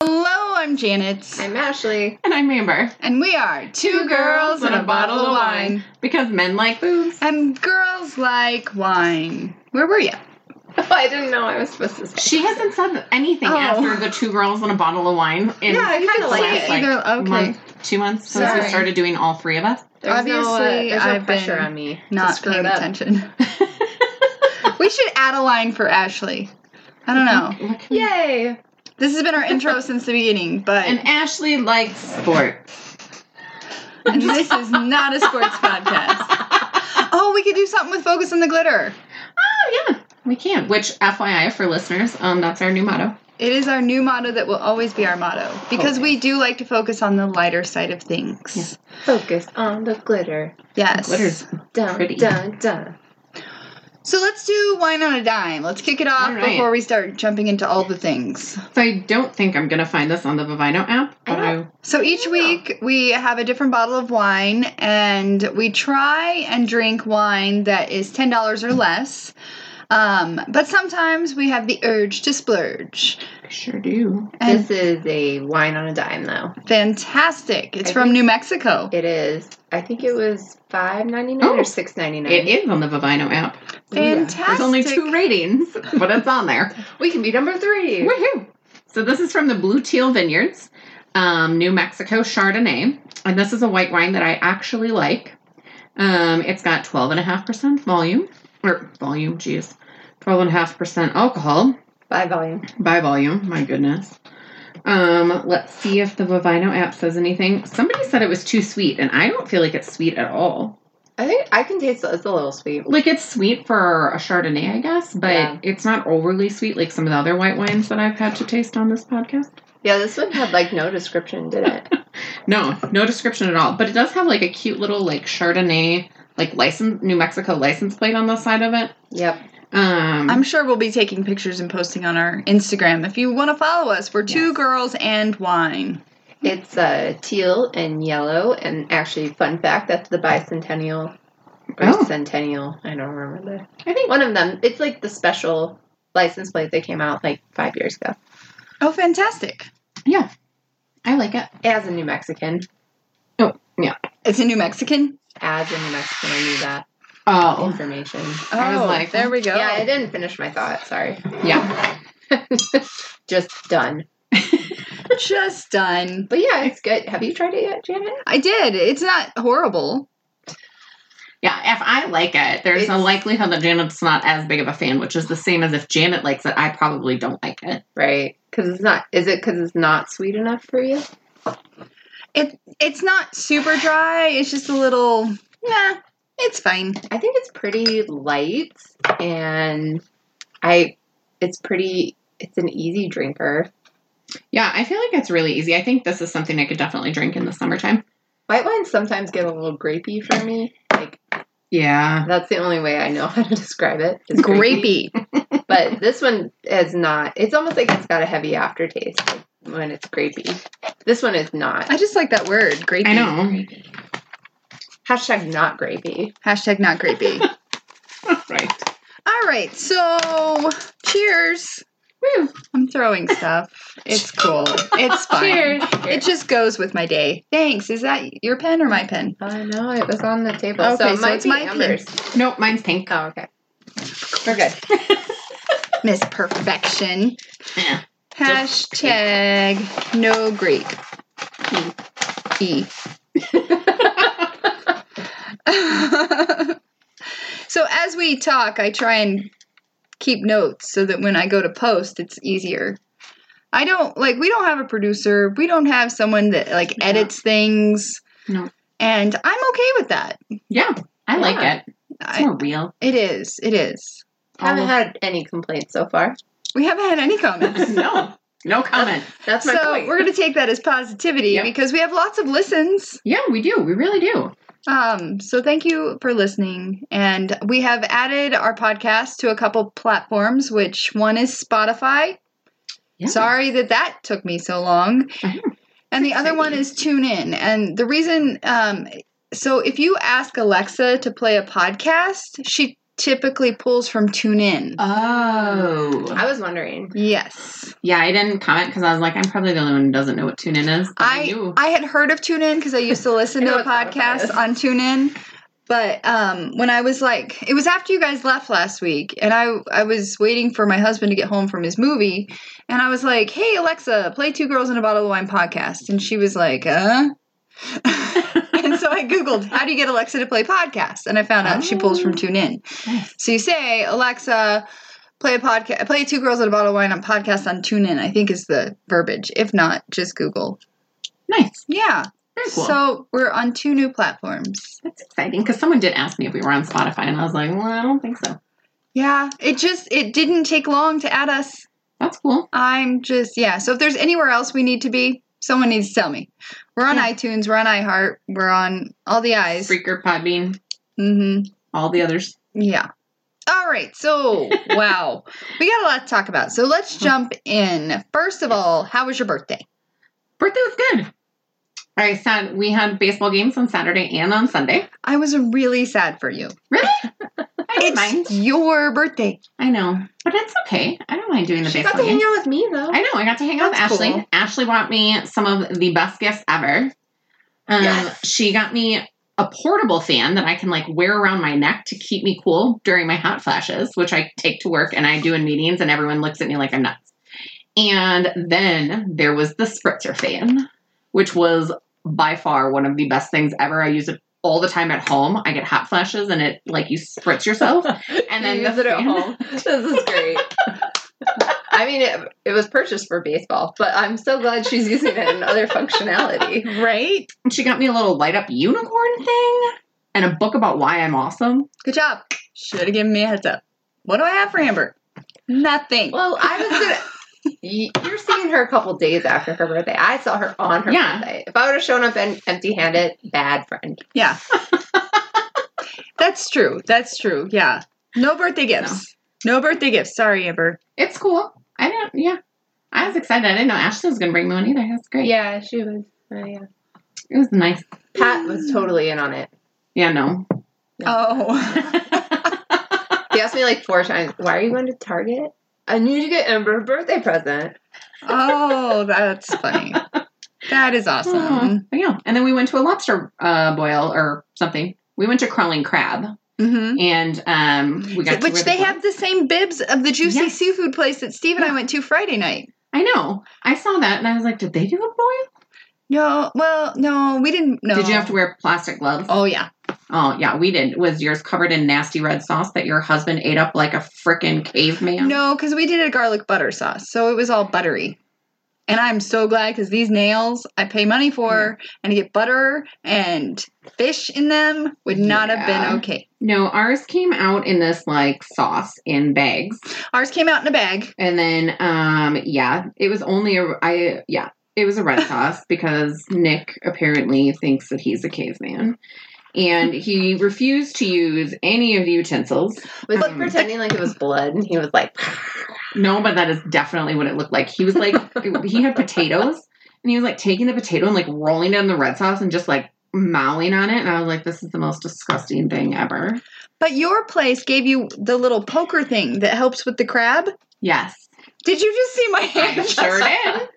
Hello, I'm Janet. I'm Ashley. And I'm Amber. And we are Two Girls and a Bottle of Wine. Because men like boobs. And girls like wine. Where were you? I didn't know I was supposed to say. She hasn't said anything Oh. after the Two Girls and a Bottle of Wine in Yeah, I kind the of like last it. like, Either- okay. month, two months since we Sorry. started doing all three of us. There's no, uh, Obviously, there's no I've pressure been on me. to Not screw paying it up. attention. we should add a line for Ashley. I don't know. What can we- Yay! This has been our intro since the beginning, but And Ashley likes sport. and this is not a sports podcast. Oh, we could do something with focus on the glitter. Oh yeah, we can. Which FYI for listeners, um, that's our new motto. It is our new motto that will always be our motto because we do like to focus on the lighter side of things. Focus on the glitter. Yes. Glitter's Dun Pretty. dun dun. So let's do wine on a dime. Let's kick it off All right. before we start jumping into all the things. So I don't think I'm gonna find this on the Vivino app, but I I, don't- So each week we have a different bottle of wine and we try and drink wine that is $10 or less. Um, but sometimes we have the urge to splurge. I sure do. And this is a wine on a dime, though. fantastic. It's I from think- New Mexico. It is. I think it was five ninety nine Oh. or six ninety It nine. is on the Vivino app. Fantastic. There's only two ratings, but it's on there. We can be number three. Woohoo! So this is from the Blue Teal Vineyards, um, New Mexico Chardonnay, and this is a white wine that I actually like. Um, it's got 12.5% volume, or volume, geez, 12.5% alcohol. By volume. by volume. My goodness. Um, let's see if the Vivino app says anything. Somebody said it was too sweet, and I don't feel like it's sweet at all. I think I can taste it. It's a little sweet. Like it's sweet for a Chardonnay, I guess, but Yeah. it's not overly sweet like some of the other white wines that I've had to taste on this podcast. Yeah, this one had like no description, did it? No, no description at all. But it does have like a cute little like Chardonnay like license New Mexico license plate on the side of it. yep. Um I'm sure we'll be taking pictures and posting on our Instagram. If you want to follow us, we're two Yes. girls and wine. It's uh, teal and yellow, and actually, fun fact, that's the bicentennial or Oh. centennial. I don't remember. I think One of them. It's like the special license plate that came out like five years ago. Oh, fantastic. yeah. I like it. As a New Mexican, It's a New Mexican. as a New Mexican, I knew that Oh. information. Oh, I was like, there we go. Yeah, I didn't finish my thought. Sorry. Yeah. Just done. Just done. But yeah, it's good. Have you tried it yet, Janet? I did. It's not horrible. Yeah, if I like it, there's a It's- likelihood that Janet's not as big of a fan, which is the same as if Janet likes it, I probably don't like it. Right. Because it's not. Is it because it's not sweet enough for you? It it's not super dry. It's just a little. Yeah, it's fine. I think it's pretty light and I it's pretty it's an easy drinker. Yeah, I feel like it's really easy. I think this is something I could definitely drink in the summertime. White wines sometimes get a little grapey for me. Like Yeah. that's the only way I know how to describe it. is grapey. Grapey. But this one is not. It's almost like it's got a heavy aftertaste when it's grapey. This one is not. I just like that word. Grapey. I know. Hashtag not grapey. Hashtag not grapey. Right. All right. So cheers. Woo. I'm throwing stuff. It's cool. It's fine. It just goes with my day. Thanks. Is that your pen or my pen? I know it was on the table. Okay, so, it so might it's be my Amber's. Nope, mine's pink. Oh, okay. We're good. Miss Perfection. Yeah. Hashtag no Greek. E. so as we talk, I try and keep notes so that when I go to post, it's easier. I don't like we don't have a producer. We don't have someone that like No. edits things. No. And I'm okay with that. Yeah, I like Yeah. it. It's I, more real. it is. It is. All Haven't of- had any complaints so far. We haven't had any comments. no. No comment. That's my so point. we're going to take that as positivity Yep. because we have lots of listens. yeah, we do. We really do. Um, so thank you for listening. And we have added our podcast to a couple platforms, which one is Spotify. Yeah. Sorry that that took me so long. Mm-hmm. Uh-huh. And the other Exciting. one is TuneIn. And the reason, um, so if you ask Alexa to play a podcast, she typically pulls from TuneIn. Oh. I was wondering. yes. Yeah, I didn't comment because I was like, I'm probably the only one who doesn't know what tune in is. but I do. I had heard of TuneIn because I used to listen I to know a what Spotify podcast is. on TuneIn. But um, when I was like, it was after you guys left last week, and I I was waiting for my husband to get home from his movie, and I was like, "Hey Alexa, play Two Girls in a Bottle of Wine" podcast, and she was like, "Uh." and so I googled, "How do you get Alexa to play podcasts?" and I found out she pulls from TuneIn. Nice. So you say, "Alexa, play a podcast, play Two Girls in a Bottle of Wine on podcast on TuneIn." I think is the verbiage. If not, just Google. Nice. Yeah. Very cool. So we're on two new platforms. That's exciting because someone did ask me if we were on Spotify, and I was like, well, I don't think so. Yeah, it just it didn't take long to add us. That's cool. I'm just yeah. So if there's anywhere else we need to be, someone needs to tell me. We're on Yeah. iTunes. We're on iHeart. We're on all the eyes. Freaker, Podbean, hmm all the others. Yeah. All right. So wow, we got a lot to talk about. So Mm-hmm. let's jump in. First of all, how was your birthday? Birthday was good. I said we had baseball games on Saturday and on Sunday. I was really sad for you. I didn't mind. It's your birthday. I know, but it's okay. I don't mind doing the She baseball got to hang games. out with me though. I know. I got to hang out with That's Ashley. cool. Ashley bought me some of the best gifts ever. Um, Yes. She got me a portable fan that I can like wear around my neck to keep me cool during my hot flashes, which I take to work and I do in meetings, and everyone looks at me like I'm nuts. And then there was the spritzer fan, which was by far one of the best things ever. I use it all the time at home. I get hot flashes, and it like you spritz yourself, and then You the use it at fan- home. This is great. I mean, it, it was purchased for baseball, but I'm so glad she's using it in other functionality. Right. And she got me a little light up unicorn thing and a book about why I'm awesome. Good job. Should have given me a heads up. What do I have for Amber? Nothing. Well, I was gonna. y- You're seeing her a couple days after her birthday. I saw her on her Yeah. birthday. If I would have shown up en- empty-handed, bad friend. Yeah. That's true. That's true. Yeah. No birthday gifts. No, birthday gifts. Sorry, Amber. It's cool. I didn't, yeah. I was excited. I didn't know Ashley was going to bring me one either. That's great. Yeah, she was. Oh, yeah. It was nice. Pat was totally in on it. Yeah, no. Oh. He asked me like four times, "Why are you going to Target?" I need to get Amber a birthday present. Oh, that's funny. That is Aw, awesome. Uh-huh. but yeah. And then we went to a lobster uh, boil or something. We went to Crawling Crab hmm and um, we got to wear Which the they gloves. have the same bibs of the juicy Yes. seafood place that Steve and I went to Friday night. I know. I saw that and I was like, did they do a boil? No, well, no, we didn't. No. Did you have to wear plastic gloves? Oh yeah. Oh yeah, we did. Was yours covered in nasty red sauce that your husband ate up like a frickin' caveman? No, because we did a garlic butter sauce, so it was all buttery. And I'm so glad because these nails I pay money for and to get butter and fish in them would not have Yeah. been okay. No, ours came out in this like sauce in bags, Ours came out in a bag. and then um yeah, it was only a I yeah it was a red sauce because Nick apparently thinks that he's a caveman. And he refused to use any of the utensils. Was Mm. he pretending like it was blood? And he was like, No, but that is definitely what it looked like. He was like, he had potatoes, and he was like taking the potato and like rolling it in the red sauce and just like mowing on it. And I was like, this is the most disgusting thing ever. But your place gave you the little poker thing that helps with the crab. Yes, Did you just see my hand? I sure did.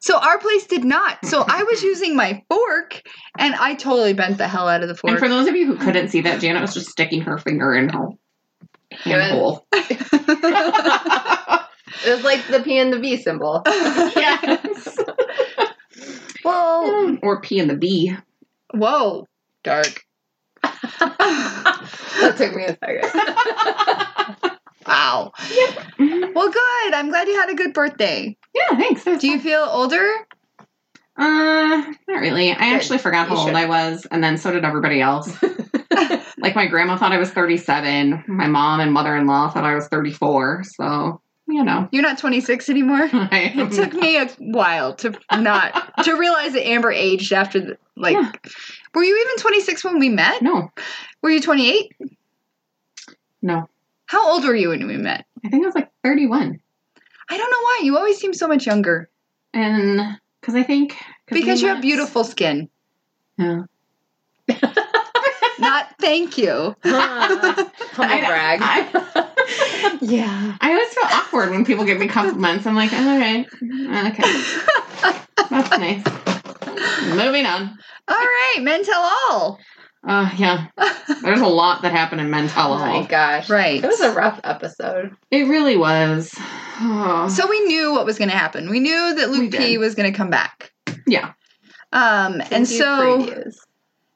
So our place did not. So I was using my fork and I totally bent the hell out of the And fork. for those of you who couldn't see that, Janet was just sticking her finger in her hand Good. hole. "It was like the P and the V symbol." yes. Whoa. Or P and the B. Whoa. Dark. That took me a second. wow. yeah, Well, good. I'm glad you had a good birthday. thanks. That's Mm-hmm. Do you feel older? Uh, not really. I actually forgot You how old should. I was, and then so did everybody else. like my grandma thought I was 37. My mom and mother-in-law thought I was 34. So you know. You're not 26 anymore. I am It took me a while to not to realize that Amber aged after the, like. Yeah. Were you even 26 when we met? No, Were you 28? no. How old were you when we met? I think I was like 31. I don't know why you always seem so much younger. And because I think. 'cause we Because you met- have beautiful skin. Yeah. Not thank you. Humble brag. I, Yeah. I always feel awkward when people give me compliments. I'm like, all right. Okay. That's nice. Moving on. All right, men tell all. Uh, yeah. There's a lot that happened in Mental oh my gosh. Right. It was a rough episode. It really was. Oh, So we knew what was going to happen. We knew that We Luke did. P was going to come back. yeah. Um, and Preview so, previews.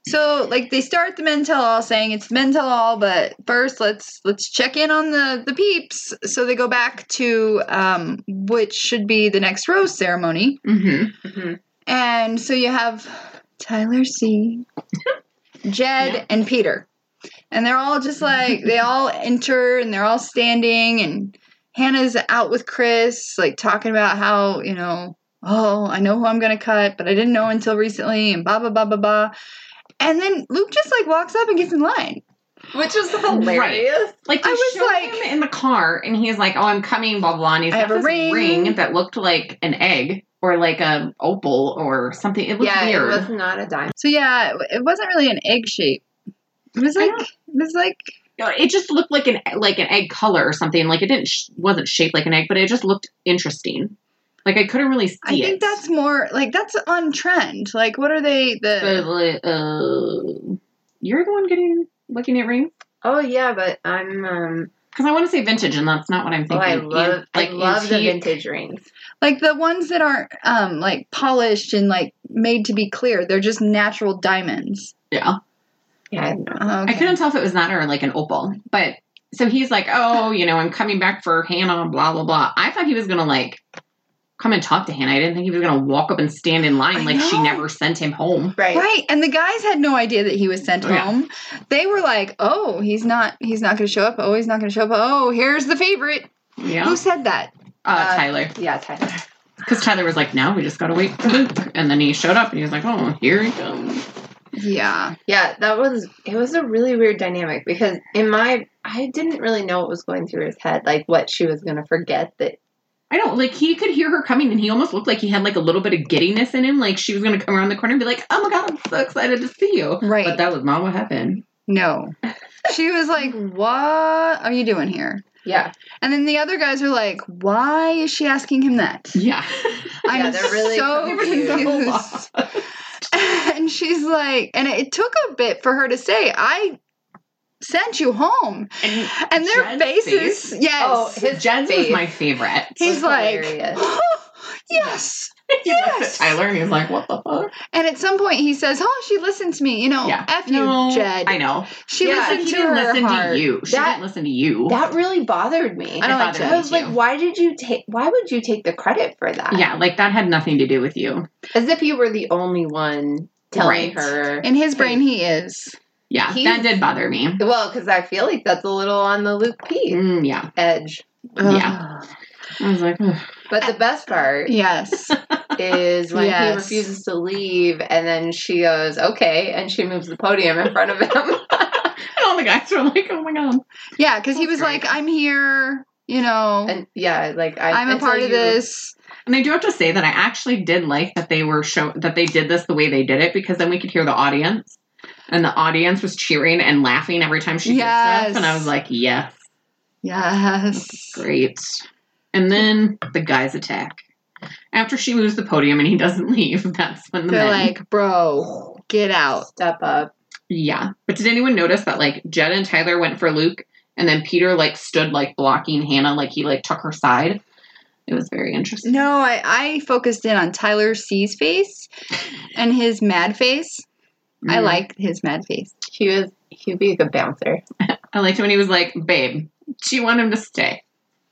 so like they start the men tell all saying it's men tell all, but first let's let's check in on the the peeps. So they go back to um, which should be the next rose ceremony, Mm-hmm. Mhm. and so you have Tyler C, Jed, Yeah. and Peter, and they're all just like they all enter and they're all standing and Hannah's out with Chris, like talking about how, you know, oh, I know who I'm going to cut, but I didn't know until recently, and blah, blah, blah, blah, blah. And then Luke just like walks up and gets in line. Which was hilarious. Like I I was was like- him in the car, and he's like, "Oh, I'm coming," blah blah. blah. And he's I got have a this ring. that looked like an egg or like a opal or something. It looked Yeah, weird. it was not a dime. So yeah, it- it wasn't really an egg shape. It was I like, don't- it was like, it just looked like an like an egg color or something. Like it didn't sh- wasn't shaped like an egg, but it just looked interesting. Like I couldn't really see I think it. that's more like that's on trend. Like, what are they? But, The like, uh, you're the one getting looking at rings Oh yeah, but I'm um because I want to say vintage, and that's not what I'm oh, thinking. I love An- I love the antique. vintage rings. like the ones that aren't um like polished and like made to be clear. They're just natural diamonds. Yeah, Yeah, I know. Oh, I couldn't tell if it was that or like an opal. But so he's like, oh, you know, I'm coming back for Hannah, blah blah blah. I thought he was gonna like come and talk to Hannah. I didn't think he was gonna walk up and stand in line I like she know. never sent him home. Right. Right, and the guys had no idea that he was sent Oh, Yeah. home. They were like, "Oh, he's not. He's not going to show up. Oh, he's not going to show up. Oh, here's the favorite." Yeah, Who said that? uh, Uh, Tyler. Yeah, Tyler. Because Tyler was like, now we just gotta wait for Luke. And then he showed up and he was like, oh, here he comes. Yeah, Yeah, that was it was a really weird dynamic because in my I didn't really know what was going through his head, like what she was gonna forget that I don't like he could hear her coming and he almost looked like he had like a little bit of giddiness in him. Like she was gonna come around the corner and be like, oh my god, I'm so excited to see you. right. But that was not what happened. no, she was like, "What are you doing here?" yeah. And then the other guys are like, "Why is she asking him that?" Yeah. I'm they're really so confused. So confused. lost. and she's like, and it took a bit for her to say, "I." Sent you home, And and their Jen's faces. Yes, Oh, his Jen's was face. my favorite. He's was like, hilarious. "Oh, yes, He looked at yes. Tyler and he's like, what the fuck? And at some point, he says, "Oh, she listened to me." You know, Yeah. f you, Jed. I know. She Yeah, Like, listened he to didn't her listen heart. to you. She That- didn't listen to you. That really bothered me. I don't like It bothered Jed. me I was like, too. why did you take why would you take the credit for that? yeah, like that had nothing to do with you. As if you were the only one telling Right. her. In his brain, he is. Yeah, He- that did bother me. Well, because I feel like that's a little on the Luke Mm-hmm. P Mm, yeah. edge. Yeah. I was like, ugh. But the best part Yes. is when Yes. he refuses to leave, and then she goes, "Okay," and she moves the podium in front of him. and all the guys were like, oh my God. yeah, because he That's was great. like, "I'm here," you know, and yeah, like I, "I'm a until part of you- this." And I do have to say that I actually did like that they were show that they did this the way they did it because then we could hear the audience. And the audience was cheering and laughing every time she did Yes. stuff. And I was like, yes, Yes. great. And then the guys attack. After she moves the podium and he doesn't leave, that's when the They're men- like, "Bro, get out." Step up. Yeah. But did anyone notice that like Jed and Tyler went for Luke and then Peter like stood like blocking Hannah, like he like took her side? It was very interesting. No, I, I focused in on Tyler C's face and his mad face. I Mm. like his mad face. He was. He'd be a good bouncer. I liked it when he was like, babe, do you want him to stay?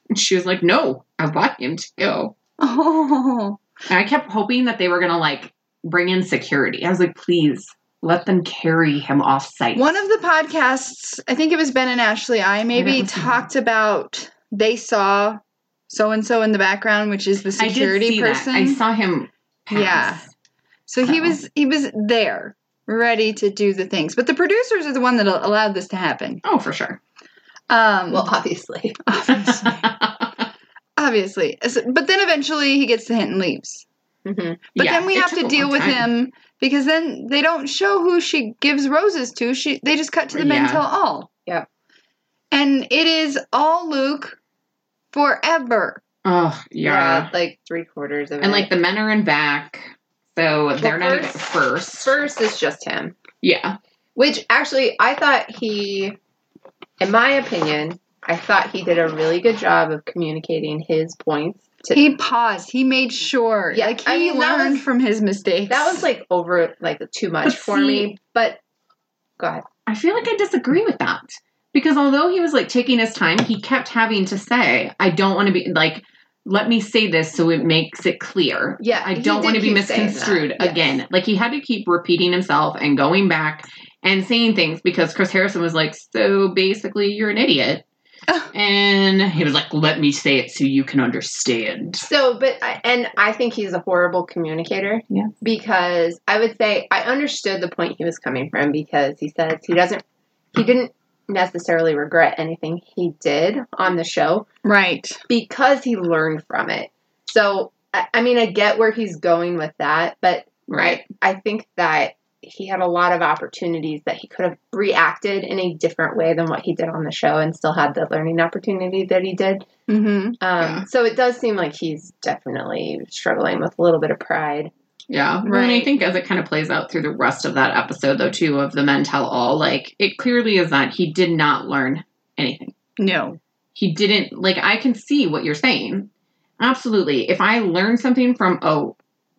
And she was like, no, I want him to go. Oh. And I kept hoping that they were going to like bring in security. I was like, please let them carry him off site. One of the podcasts, I think it was Ben and Ashley I maybe Yeah. talked about they saw so and so in the background, which is the I did security see that. person. I saw him. Pass. Yeah. So he So- was he was there, ready to do the things. But the producers are the one that al- allowed this to happen. Oh, for sure. Um, Well, obviously. obviously, obviously. So- But then eventually he gets the hint and leaves. Mhm. But Yeah, then we it have took to a deal long with time. him because then they don't show who she gives roses to. She they just cut to the men Yeah. tell all. Yeah. And it is all Luke forever. Oh, yeah. like three quarters of it. And like the men are in back, so they're not even first- first. first is just him. Yeah. Which actually, I thought he, in my opinion, I thought he did a really good job of communicating his points. To, He paused. He made sure. Yeah, like he I mean, that learned was- from his mistakes. that was like over, like too much But for see- me. But go ahead. I feel like I disagree with that because although he was like taking his time, he kept having to say, "I don't want to be like, let me say this so it makes it clear." Yeah, I don't want to be misconstrued again. Like he had to keep repeating himself and going back and saying things because Chris Harrison was like, "So basically, you're an idiot," Oh. and he was like, "Let me say it so you can understand." So, but I- and I think he's a horrible communicator. Yeah. Because I would say I understood the point he was coming from because he says he doesn't, he didn't necessarily regret anything he did on the show right. because he learned from it. So, I, I mean, I get where he's going with that, but Right. I, I think that he had a lot of opportunities that he could have reacted in a different way than what he did on the show and still had the learning opportunity that he did. Mm-hmm. Um, Yeah. So it does seem like he's definitely struggling with a little bit of pride. Yeah. Right. And I Right. think as it kind of plays out through the rest of that episode, though, too, of the men tell all, like, it clearly is that he did not learn anything. No. He didn't, like, I can see what you're saying. Absolutely. If I learn something from a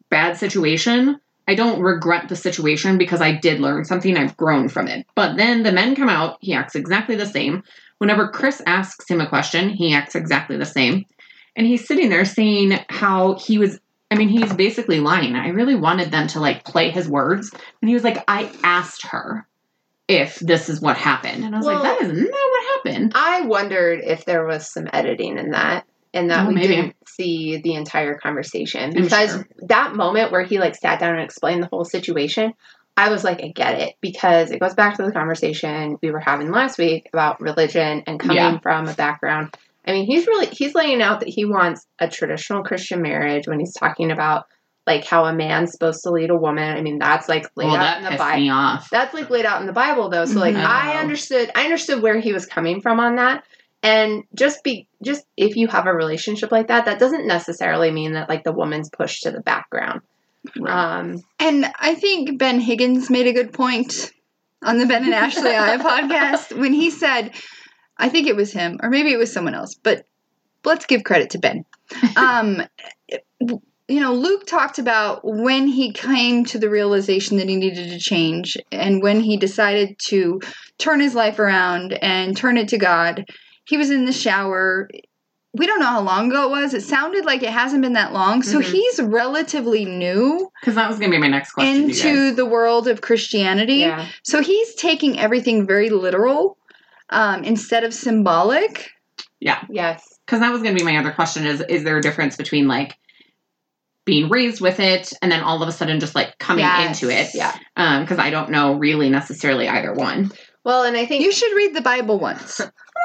bad situation, I don't regret the situation because I did learn something. I've grown from it. But then the men come out, he acts exactly the same. Whenever Chris asks him a question, he acts exactly the same. And he's sitting there saying how he was I mean, he's basically lying. I really wanted them to like play his words. And he was like, I asked her if this is what happened. And I was like, Well- that is not what happened. I wondered if there was some editing in that and that Oh, we maybe. didn't see the entire conversation I'm because sure. that moment where he like sat down and explained the whole situation, I was like, I get it because it goes back to the conversation we were having last week about religion and coming Yeah. from a background. I mean, he's really he's laying out that he wants a traditional Christian marriage when he's talking about like how a man's supposed to lead a woman. I mean, that's like laid Well, out that in the pissed Bible. me off. that's like laid out in the Bible though. So like Mhm. I understood I understood where he was coming from on that. And just be just if you have a relationship like that, that doesn't necessarily mean that like the woman's pushed to the background. Um And I think Ben Higgins made a good point on the Ben and Ashley I podcast when he said, I think it was him, or maybe it was someone else, but let's give credit to Ben. Um, you know, Luke talked about when he came to the realization that he needed to change and when he decided to turn his life around and turn it to God. He was in the shower. We don't know how long ago it was. It sounded like it hasn't been that long. So Mhm. he's relatively new Because that was going to be my next question. you guys. into the world of Christianity. yeah. So he's taking everything very literal um, instead of symbolic. Yes. because that was going to be my other question is is there a difference between like being raised with it and then all of a sudden just like coming Yes. into it Yeah. um because i don't know really necessarily either one Well and I think You should read the Bible once,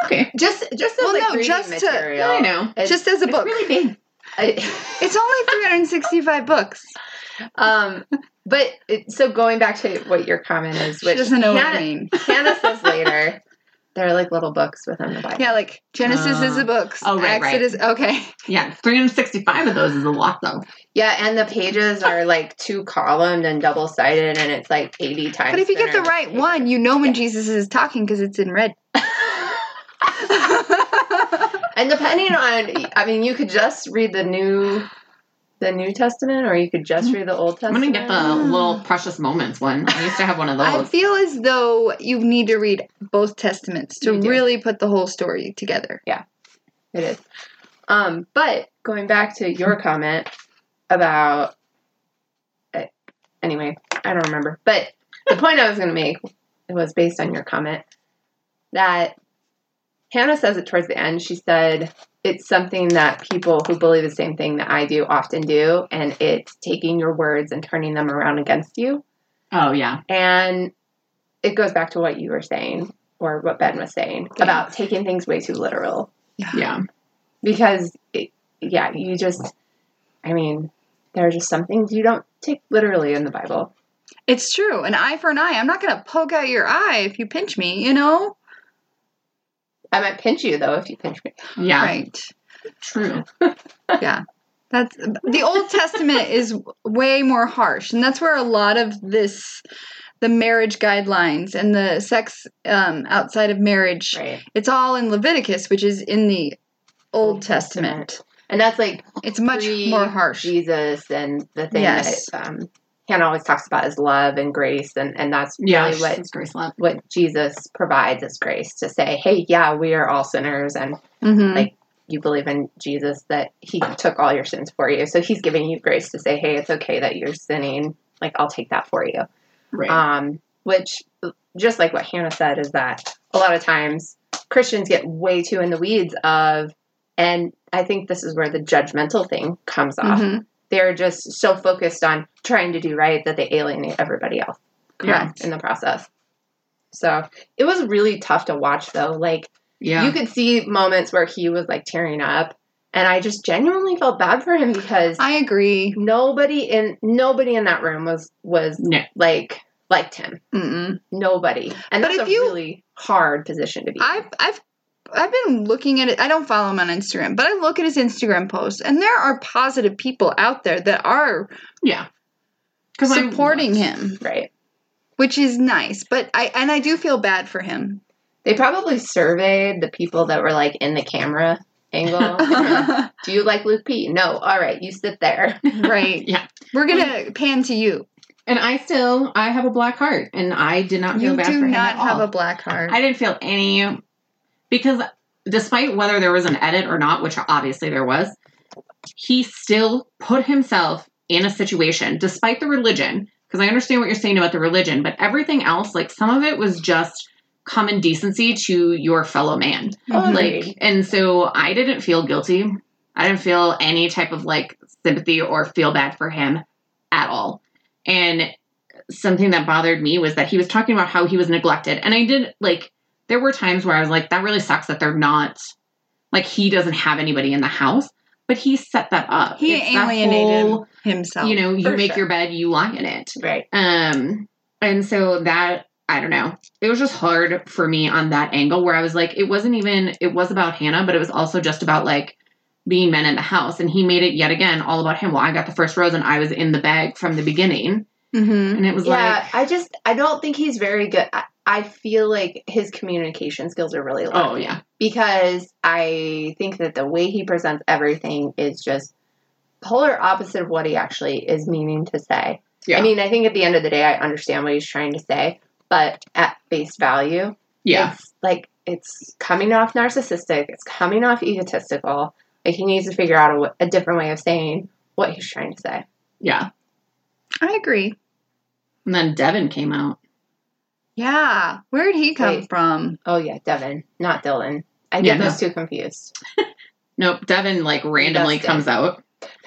okay just just as Well, like no, reading just to- material. i know It's, just as a it's book. really big I- it's only 365 books. um but it, so going back to what your comment is, She which doesn't know what I Hannah- mean. Hannah says later, there are like little books within the Bible. Yeah, like Genesis is the Uh, books. oh, right, right. Exodus, okay. yeah 365 of those is a lot though Yeah, and the pages are like two columned and double sided, and it's like 80 times. But if you get the thinner. right one, you know when Jesus is talking because it's in red. And depending on, I mean, you could just read the new. The New Testament, or you could just Mm-hmm. read the Old I'm Testament. gonna get the little precious moments one. I used to have one of I those. feel as though you need to read both testaments to You do. really put the whole story together. It is. Um, but going back to your comment about eh, anyway, I don't remember. But the point I was going to make was based on your comment that Hannah says it towards the end. She said it's something that people who believe the same thing that I do often do, and it's taking your words and turning them around against you. Oh yeah. And it goes back to what you were saying, or what Ben was saying about taking things way too literal. Yeah. Because, it, yeah, you just, I mean, there are just some things you don't take literally in the Bible. It's true. An eye for an eye. I'm not going to poke out your eye if you pinch me, you know? I might pinch you though if you pinch me. Yeah. Right. True. That's the Old Testament is way more harsh, and that's where a lot of this, the marriage guidelines and the sex um, outside of marriage, Right. it's all in Leviticus, which is in the Old Testament. And that's like It's much pre- more harsh. Jesus and the thing Yes. that um, Hannah always talks about is love and grace, and and that's Yeah. really what she's Grace Love. what Jesus provides is grace to say, hey, yeah, we are all sinners, and Mhm. like- you believe in Jesus that He took all your sins for you, so He's giving you grace to say, hey, it's okay that you're sinning. Like I'll take that for you. Right. Um, which, just like what Hannah said, is that a lot of times Christians get way too in the weeds of, and I think this is where the judgmental thing comes off. Mhm. They're just so focused on trying to do right that they alienate everybody else Correct. in the process. So it was really tough to watch, though. Like, yeah. you could see moments where he was like tearing up, and I just genuinely felt bad for him because I agree. nobody in nobody in that room was was No. like liked him Mm-mm. nobody. And But that's if a you- really hard position to be. in. I've I've I've been looking at it. I don't follow him on Instagram, but I look at his Instagram posts, and there are positive people out there that are Yeah. I'm- supporting him. right. which is nice but i and i do feel bad for him They probably surveyed the people that were like in the camera angle. Do you like Luke P? No. All right, you sit there. right Yeah. we're gonna pan to you And I still, I have a black heart, and I did not feel you bad for do him not at all. have a black heart I didn't feel any because despite whether there was an edit or not, which obviously there was, he still put himself in a situation despite the religion. Because I understand what you're saying about the religion, but everything else, like some of it was just common decency to your fellow man. Mhm. Like, and so I didn't feel guilty. I didn't feel any type of like sympathy or feel bad for him at all. And something that bothered me was that he was talking about how he was neglected. And I did like, there were times where I was like, that really sucks that they're not, like, he doesn't have anybody in the house, but he set that up. he It's that alienated whole, himself you know, you for make sure. your bed, you lie in it. Right. Um, and so that I don't know. It was just hard for me on that angle where I was like, it wasn't even it was about Hannah, but it was also just about like being men in the house. And he made it yet again all about him. Well, I got the first rose and I was in the bag from the beginning. Mhm. And it was yeah, like I just I don't think he's very good. I, I feel like his communication skills are really low Oh yeah. because I think that the way he presents everything is just polar opposite of what he actually is meaning to say. Yeah. I mean, I think at the end of the day, I understand what he's trying to say, but at face value, Yeah. It's like it's coming off narcissistic. It's coming off egotistical. Like he needs to figure out a, w- a different way of saying what he's trying to say. Yeah. i agree And then Devin came out. yeah where did he come Wait. from Oh yeah, Devin, not Dylan. I get Yeah, no. those two confused. Nope, Devin like randomly Dustin. comes out.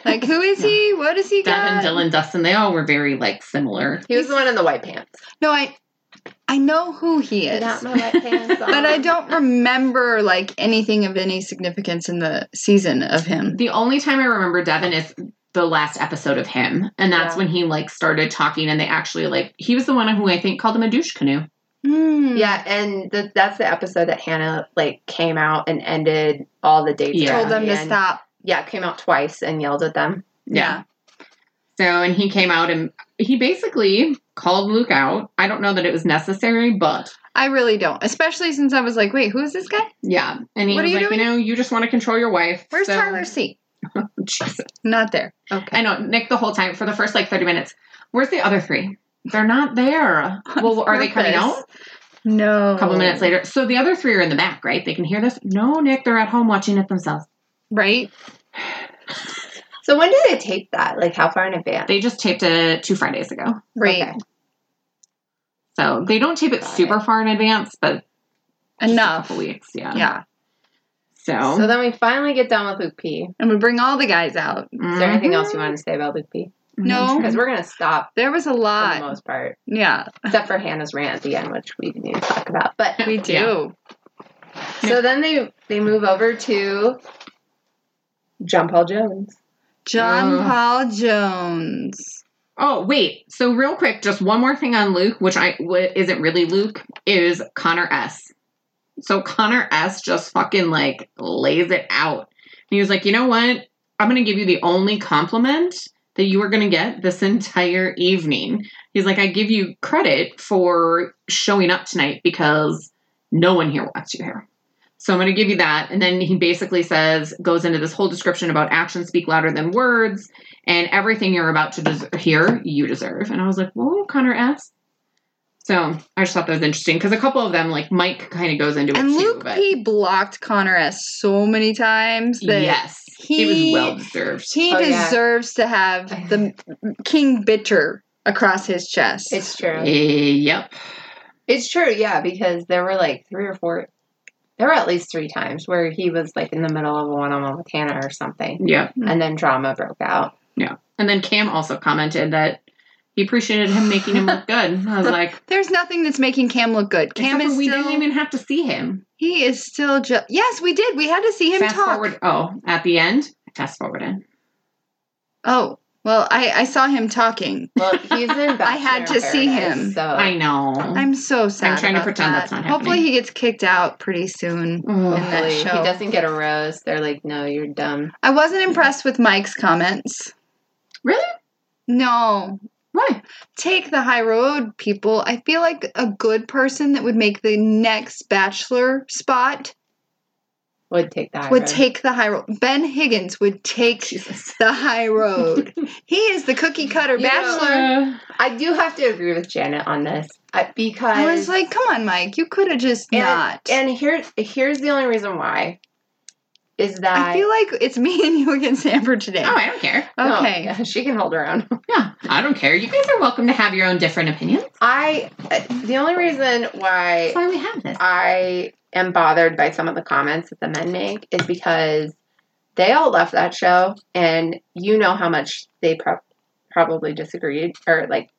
like who is he what does he Devin, got Dylan, Dustin, they all were very like similar. He was the one in the white pants. no i i know who he is Not my white pants. but I on. don't remember like anything of any significance in the season of him. The only time I remember Devin is the last episode of him, and that's Yeah. when he like started talking, and they actually like he was the one who I think called him a douche canoe. Hmm. Mm. Yeah, and th- that's the episode that Hannah like came out and ended all the dates. Yeah. told around them the to end. stop. Yeah, came out twice and yelled at them. Yeah. So and he came out and he basically called Luke out. I don't know that it was necessary, but I really don't, especially since I was like, wait, who is this guy? yeah. And he What are was you like, doing? you know, you just want to control your wife. Where's so- Tyler C? Jesus. Not there. I know Nick the whole time for the first like thirty minutes. Where's the other three? They're not there. Well, are they coming out? Purpose. No. A couple minutes later. So the other three are in the back, right? They can hear this. No, Nick, they're at home watching it themselves. Right? So when did they tape that? Like how far in advance? They just taped it two Fridays ago. Right. Okay. So they don't tape it Got super it. far in advance, but just a Enough. couple weeks. Yeah. Yeah. So, So then we finally get done with Luke P. And we bring all the guys out. mm, Is there Mm-hmm. anything else you wanted to say about Luke P? No. Because we're gonna stop There was a for the lot. most part, Yeah, except for Hannah's rant at the end, which we didn't even talk about. But we do. so then they they move over to John Paul Jones. John Ugh. Paul Jones. Oh wait, so real quick, just one more thing on Luke, which I what isn't really Luke is Connor S. So Connor S. just fucking like lays it out. And he was like, you know what? I'm gonna give you the only compliment that you are gonna get this entire evening. He's like, I give you credit for showing up tonight because no one here wants you here. So I'm gonna give you that. And then he basically says, goes into this whole description about actions speak louder than words and everything you're about to des- hear, you deserve. And I was like, whoa, Connor S. So I just thought that was interesting because a couple of them, like Mike, kind of goes into it And too. Luke but P blocked Connor S so many times that yes, he- it was well deserved. he Oh, yeah. deserves to have the King Bitter across his chest. It's true. Eh, yep. It's true, yeah, because there were like three or four, there were at least three times where he was like in the middle of a one on one with Hannah or something, Yep. Mm-hmm. and then drama broke out. And then Cam also commented that he appreciated him making him look good. I was like, There's nothing that's making Cam look good. Cam except is for we still didn't even have to see him. he is still just yes. We did. We had to see him Fast talk. forward. Oh, at the end, fast forward in. Oh well, I I saw him talking. Well, he's in. I had Bachelor to in see Paradise, him. So I know. I'm so sad. Mm-hmm. trying to about pretend that. that's not Hopefully, happening. he gets kicked out pretty soon. Ugh. that hopefully he show. doesn't get a rose. They're like, no, you're dumb. I wasn't impressed with Mike's comments. Really? No, Why? take the high road, people. I feel like a good person that would make the next bachelor spot Would take that. would take the high road. Ben Higgins would take Jesus. the high road. he is the cookie cutter You know, bachelor. Uh, I do have to agree with Janet on this I, because I was like, come on, Mike, you could have just and, not. And here, here's the only reason why is that I feel like it's me and you against Amber today. oh, I don't care. No, okay. she can hold her own. Yeah, I don't care. You guys are welcome to have your own different opinions. I uh, the only reason why That's why we have this. I am bothered by some of the comments that the men make is because they all left that show, and you know how much they prob probably disagreed or like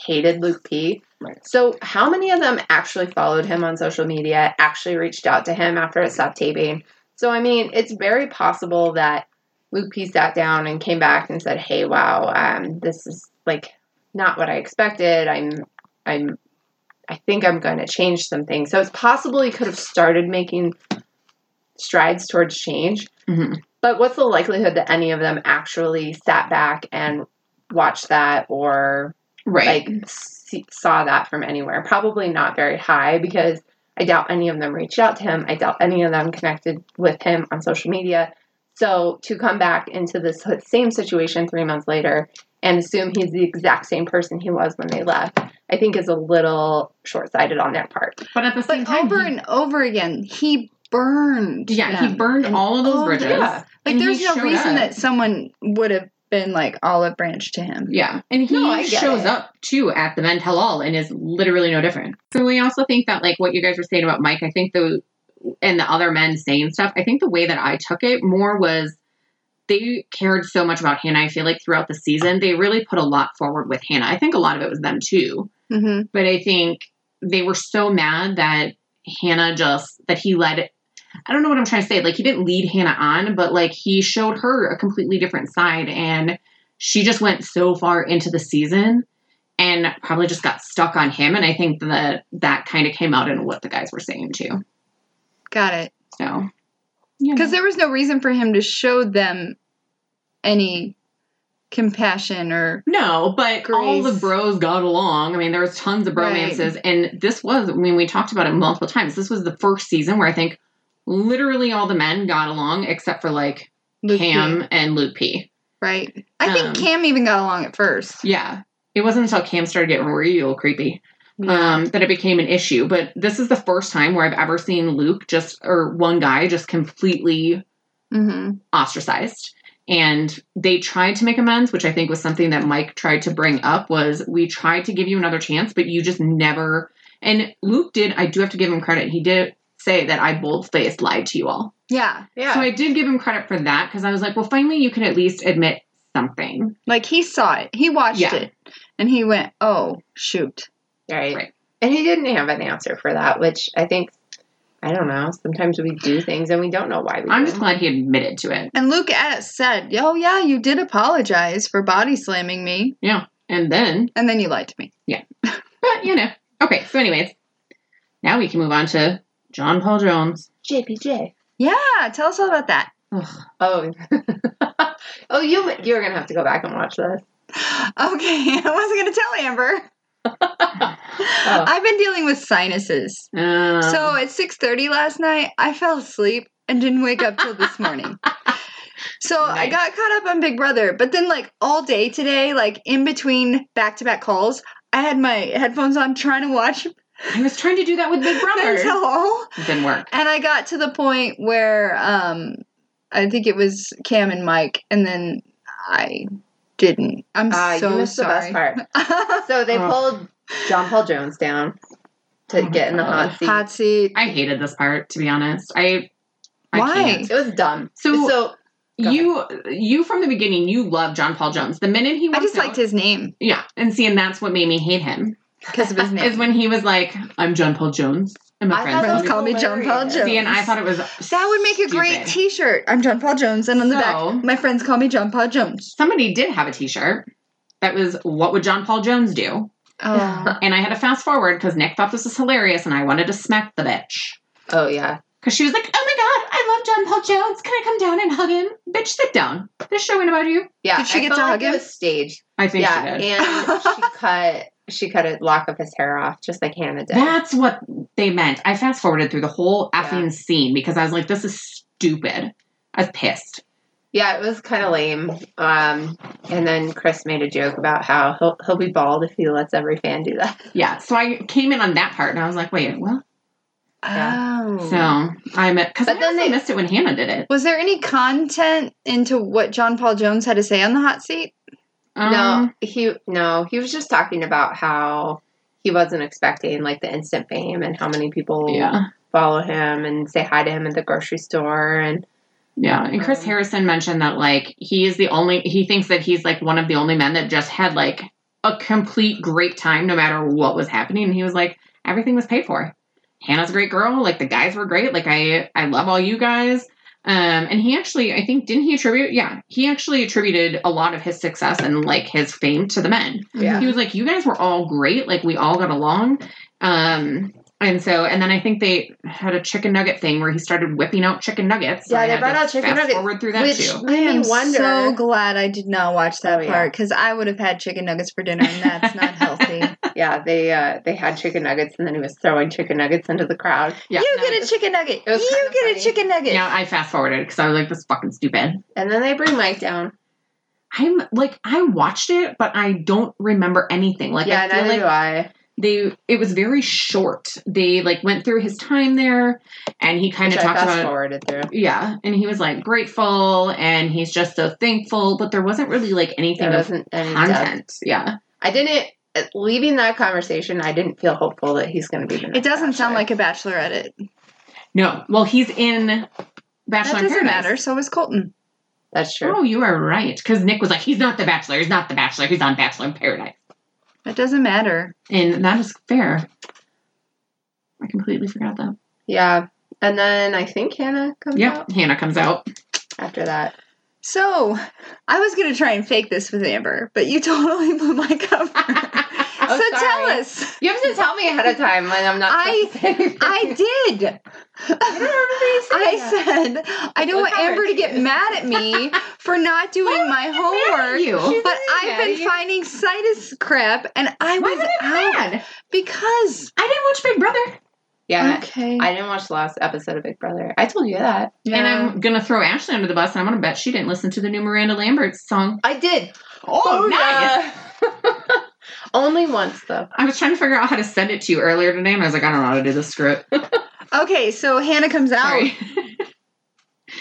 hated Luke P. Right. So, how many of them actually followed him on social media, actually reached out to him after it stopped taping? So, I mean, it's very possible that Luke P sat down and came back and said, "Hey, wow, um, this is like not what I expected. I'm, I'm, I think I'm going to change some things." So, it's possible he could have started making strides towards change. Mhm. But what's the likelihood that any of them actually sat back and watched that or Right. like see, saw that from anywhere. Probably not very high because I doubt any of them reached out to him. I doubt any of them connected with him on social media. So to come back into this same situation three months later and assume he's the exact same person he was when they left, I think is a little short sighted on their part. but at the same But time, over he- and over again, he burned. yeah, them. he burned And- all of those Oh, bridges. yeah. Like, and he there's no showed reason up. that someone would have been like olive branch to him. Yeah, and he No, I get shows it. up too at the Men Halal and is literally no different. So we also think that like what you guys were saying about Mike, I think the and the other men saying stuff. I think the way that I took it more was they cared so much about Hannah. I feel like throughout the season they really put a lot forward with Hannah. I think a lot of it was them too, hmm but I think they were so mad that Hannah just that he led I don't know what I'm trying to say. Like he didn't lead Hannah on, but like he showed her a completely different side and she just went so far into the season and probably just got stuck on him and I think that that kind of came out in what the guys were saying too. Got it. So yeah. Because there was no reason for him to show them any compassion or No, but all Grace. the bros got along. I mean, there was tons of bromances, and this was. I mean, we talked about it multiple times. This was the first season where I think literally all the men got along except for like Luke P, Cam and Luke P. right? I think Um, Cam even got along at first. Yeah, it wasn't until Cam started getting real creepy um, that it became an issue. But this is the first time where I've ever seen Luke just or one guy just completely hmm ostracized and they tried to make amends which i think was something that mike tried to bring up was we tried to give you another chance but you just never and luke did i do have to give him credit he did say that i bold-faced lied to you all Yeah. Yeah. So I did give him credit for that because I was like, well, finally, you can at least admit something. Like he saw it. He watched Yeah. it. And he went, "Oh, shoot." right. Right. And he didn't have an answer for that, which I think, I don't know. Sometimes we do things and we don't know why we I'm do just them. glad he admitted to it. And Luke S said, "Oh yeah, you did apologize for body slamming me, And then, and then you lied to me." but you know, okay. So, anyways, now we can move on to John Paul Jones. JPJ. Yeah, tell us all about that. Ugh. Oh. oh, you, you're going to have to go back and watch this. Okay, I wasn't gonna tell Amber. Oh. I've been dealing with sinuses. Um, so at 6:30 last night, I fell asleep and didn't wake up till this morning. So I Nice. got caught up on Big Brother, but then like all day today, like in between back-to-back calls, I had my headphones on trying to watch I was trying to do that with Big Brother. Mental All. Didn't work. And I got to the point where um I think it was Cam and Mike and then I didn't. I'm Ah, so you missed sorry. the best part. So they Oh. pulled John Paul Jones down to Oh my get in the God. hot seat. Hot seat. I hated this part, to be honest. I, I Why? can't. It was dumb. So- So, Go you you from the beginning you love John Paul Jones. The minute he I went just out- liked his name yeah, and see, and that's what made me hate him because of his name. is when he was like, "I'm John Paul Jones. I'm a I friend." thought that Friends was call me John Paul hilarious. Jones. see, and I thought it was that would make a great stupid. T-shirt. I'm John Paul Jones, and on the So- back, my friends call me John Paul Jones. Somebody did have a T-shirt that was "What would John Paul Jones do?" Oh, And I had to fast forward because Nick thought this was hilarious, and I wanted to smack the bitch Oh yeah. because she was like, "Oh my god, I love John Paul Jones. Can I come down and hug him? Bitch, sit down. This show ain't about you." Yeah. Did she I get felt to like hug it him? was staged. I think she Yeah. did. And she cut she cut a lock of his hair off just like Hannah did. That's what they meant. I fast forwarded through the whole Yeah. effing scene because I was like, this is stupid. I was pissed. yeah, it was kinda lame. Um and then Chris made a joke about how he'll he'll be bald if he lets every fan do that. Yeah. So I came in on that part and I was like, wait, what? oh. So I'm because I Hmm. But then also they- missed it when Hannah did it. was there any content into what John Paul Jones had to say on the hot seat? Um, no, he no, he was just talking about how he wasn't expecting like the instant fame and how many people Yeah. follow him and say hi to him at the grocery store and Yeah. And Chris Um, Harrison mentioned that like he is the only he thinks that he's like one of the only men that just had like a complete great time no matter what was happening. And he was like, everything was paid for. Hannah's a great girl. Like the guys were great. Like I I love all you guys. Um, and he actually, I think, didn't he attribute? Yeah, he actually attributed a lot of his success and like his fame to the men. Yeah. He was like, "You guys were all great. Like we all got along." Um, and so, and then I think they had a chicken nugget thing where he started whipping out chicken nuggets. So Yeah, I they had brought to out chicken fast nuggets, Forward through that which- too. I Made me am wonder- so glad I did not watch that Oh, yeah. part because I would have had chicken nuggets for dinner, and that's not healthy. yeah, they uh, they had chicken nuggets and then he was throwing chicken nuggets into the crowd. Yeah, you no, get a chicken nugget. It was You kinda get a funny. chicken nugget. yeah. I fast forwarded because I was like, "This is fucking stupid." And then they bring Mike down. I'm like, I watched it, but I don't remember anything. Like, yeah, I feel neither like do I. they it was very short. They like went through his time there, and he kind Which of I talked fast about forwarded through. yeah, and he was like grateful, and he's just so thankful. But there wasn't really like anything There of wasn't any depth. content. Yeah, I didn't leaving that conversation. I didn't feel hopeful that he's going to be. The It next doesn't sound Bachelor. like a bachelorette. It- no. Well, he's in That Bachelor in doesn't Paradise. matter. So is Colton. that's true. Oh, you are right. Because Nick was like, he's not the Bachelor. He's not the Bachelor. He's on Bachelor in Paradise, That doesn't matter. and that is fair. I completely forgot that. Yeah, and then I think Hannah comes Yeah, out Hannah comes out. after that. So I was gonna try and fake this with Amber, but you totally blew my cover. I Oh, so sorry. tell us. You have to tell me ahead of time when I'm not. I- supposed to say I did. I don't remember you saying I that. said I don't Look want how Amber to rich get she is. mad at me for not doing my homework. you. But She's really I've mad been at you. finding situs crap, and I Why was was it out bad? because. I didn't watch Big Brother. yeah. Okay. I didn't watch the last episode of Big Brother. I told you that. And Yeah. I'm gonna throw Ashley under the bus, and I'm gonna bet she didn't listen to the new Miranda Lambert song. I did. Oh, yeah. Only once though. I was trying to figure out how to send it to you earlier today, and I was like, I don't know how to do this script. okay, so Hannah comes out, Sorry.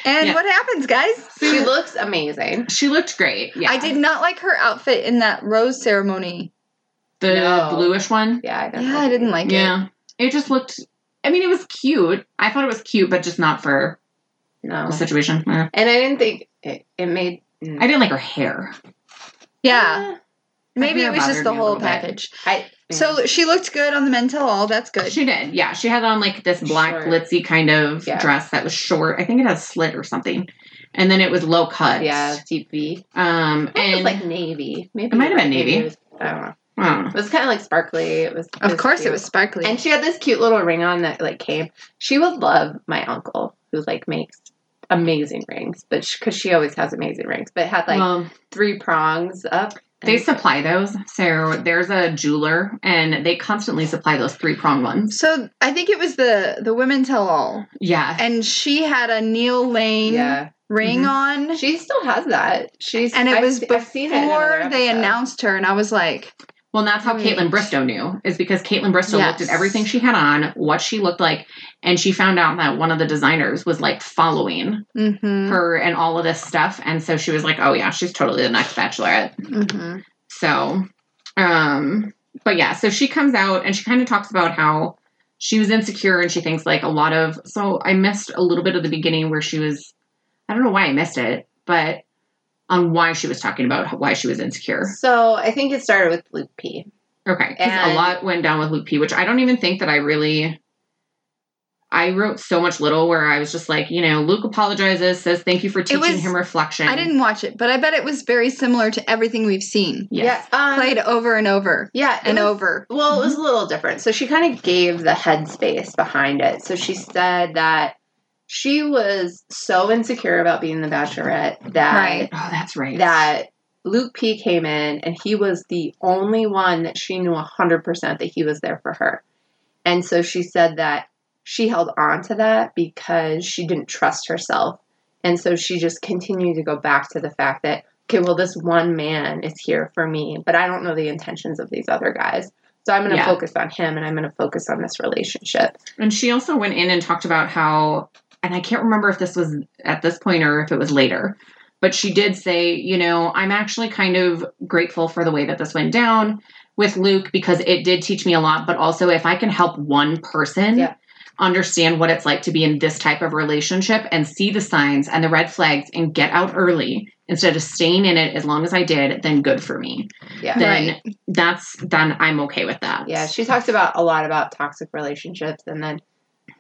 and Yeah. what happens, guys? She looks amazing. She looked great. Yeah, I did not like her outfit in that rose ceremony. The No. bluish one. Yeah, I don't Yeah, I didn't like it. Yeah, it just looked. I mean, it was cute. I thought it was cute, but just not for No. situation. Eh. And I didn't think it, it made. I didn't like her hair. Yeah. Maybe hair it was just bothered the me a whole little bit. package. I So she looked good on the mental all. That's good. She did. Yeah, she had on like this black Short. glitzy kind of Yeah. dress that was short. I think it had a slit or something, and then it was low cut. yeah, deep V. Um, It was and like navy. Maybe It might have been navy. It was, I don't know. I don't know. It was kind of like sparkly. It was. of course, it cute. was sparkly. And she had this cute little ring on that like came. She would love my uncle who like makes amazing rings, but because she, always has amazing rings, but it had like well, three prongs up. they And- supply those. So there's a jeweler, and they constantly supply those three prong ones. so I think it was the the women tell all, Yeah, and she had a Neil Lane Yeah, Mm-hmm. ring on, she still has that. She's and it I've was se- I've seen it in another before they episode. announced her, and I was like, Well, and that's how Hmm. Caitlin Bristow knew, is because Caitlin Bristow looked Yes. at everything she had on, what she looked like, and she found out that one of the designers was like following mm-hmm, her and all of this stuff. And so she was like, oh, yeah, she's totally the next bachelorette. mm-hmm. So, um, but yeah, so she comes out and she kind of talks about how she was insecure and she thinks like a lot of. So I missed a little bit of the beginning where she was, I don't know why I missed it, but on why she was talking about why she was insecure. So I think it started with Luke P. Okay. 'cause a And- lot went down with Luke P, which I don't even think that I really. I wrote so much little where I was just like, you know, Luke apologizes, says thank you for teaching was- him reflection. I didn't watch it, but I bet it was very similar to everything we've seen Yes. Yeah, um, played over and over Yeah, it and was- over. Mm-hmm. Well, it was a little different. So she kind of gave the headspace behind it. So she said that she was so insecure about being the bachelorette that Right. Oh, that's right. that Luke P came in and he was the only one that she knew 100% that he was there for her. And so she said that she held on to that because she didn't trust herself. And so she just continued to go back to the fact that, okay, well, this one man is here for me, but I don't know the intentions of these other guys. So I'm going to Yeah. focus on him and I'm going to focus on this relationship. And she also went in and talked about how, and I can't remember if this was at this point or if it was later, but she did say, you know, I'm actually kind of grateful for the way that this went down with Luke because it did teach me a lot, but also if I can help one person. Yeah. Understand what it's like to be in this type of relationship and see the signs and the red flags and get out early instead of staying in it as long as I did, then good for me. Yeah. Then that's then I'm okay with that. Yeah, she talked about a lot about toxic relationships and then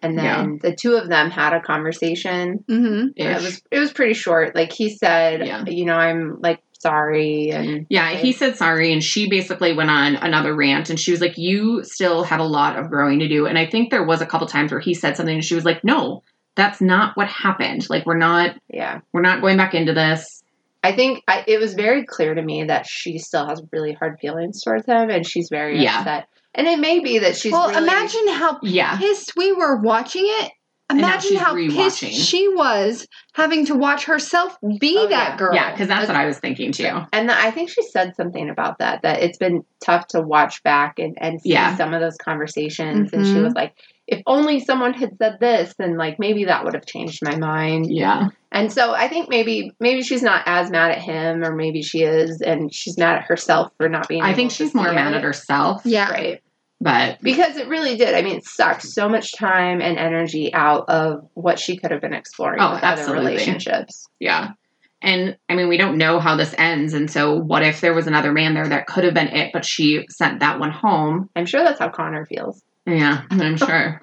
and then Yeah. the two of them had a conversation Mm-hmm. Ish. Yeah, it was it was pretty short. Like he said, Yeah. you know, I'm like sorry and Yeah, Right. he said sorry, and she basically went on another rant, and she was like, "You still have a lot of growing to do." And I think there was a couple times where he said something, and she was like, "No, that's not what happened. Like, we're not, yeah. we're not going back into this." I think I, it was very clear to me that she still has really hard feelings towards him, and she's very Yeah. upset. And it may be that she's Well, really- imagine how Yeah, pissed we were watching it. And now Imagine she's how pissed rewatching. she was having to watch herself be Oh, that yeah. girl. yeah, because that's what I was thinking too. And I think she said something about that. That it's been tough to watch back and and see Yeah. Mm-hmm. some of those conversations. And she Mhm. was like, if only someone had said this, then like maybe that would have changed my mind. Yeah, And so I think maybe maybe she's not as mad at him, or maybe she is, and she's mad at herself for not being. I able think to she's more see mad it. at herself. yeah. right? but Because it really did. I mean, it sucked so much time and energy out of what she could have been exploring Oh, with absolutely. other relationships. yeah, and I mean, we don't know how this ends, and so what if there was another man there that could have been it, but she sent that one home, I'm sure that's how Connor feels. Yeah, I'm sure.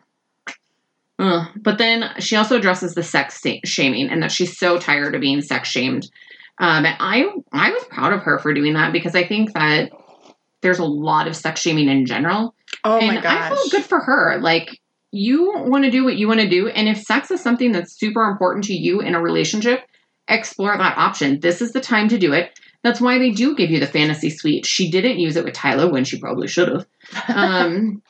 Ugh. But then she also addresses the sex sa- shaming and that she's so tired of being sex shamed. Um, and I I was proud of her for doing that because I think that there's a lot of sex shaming in general. Oh and I feel good for her. Like you want to do what you want to do, and if sex is something that's super important to you in a relationship, explore that option. This is the time to do it. That's why they do give you the fantasy suite. She didn't use it with Tyler when she probably should have. Um,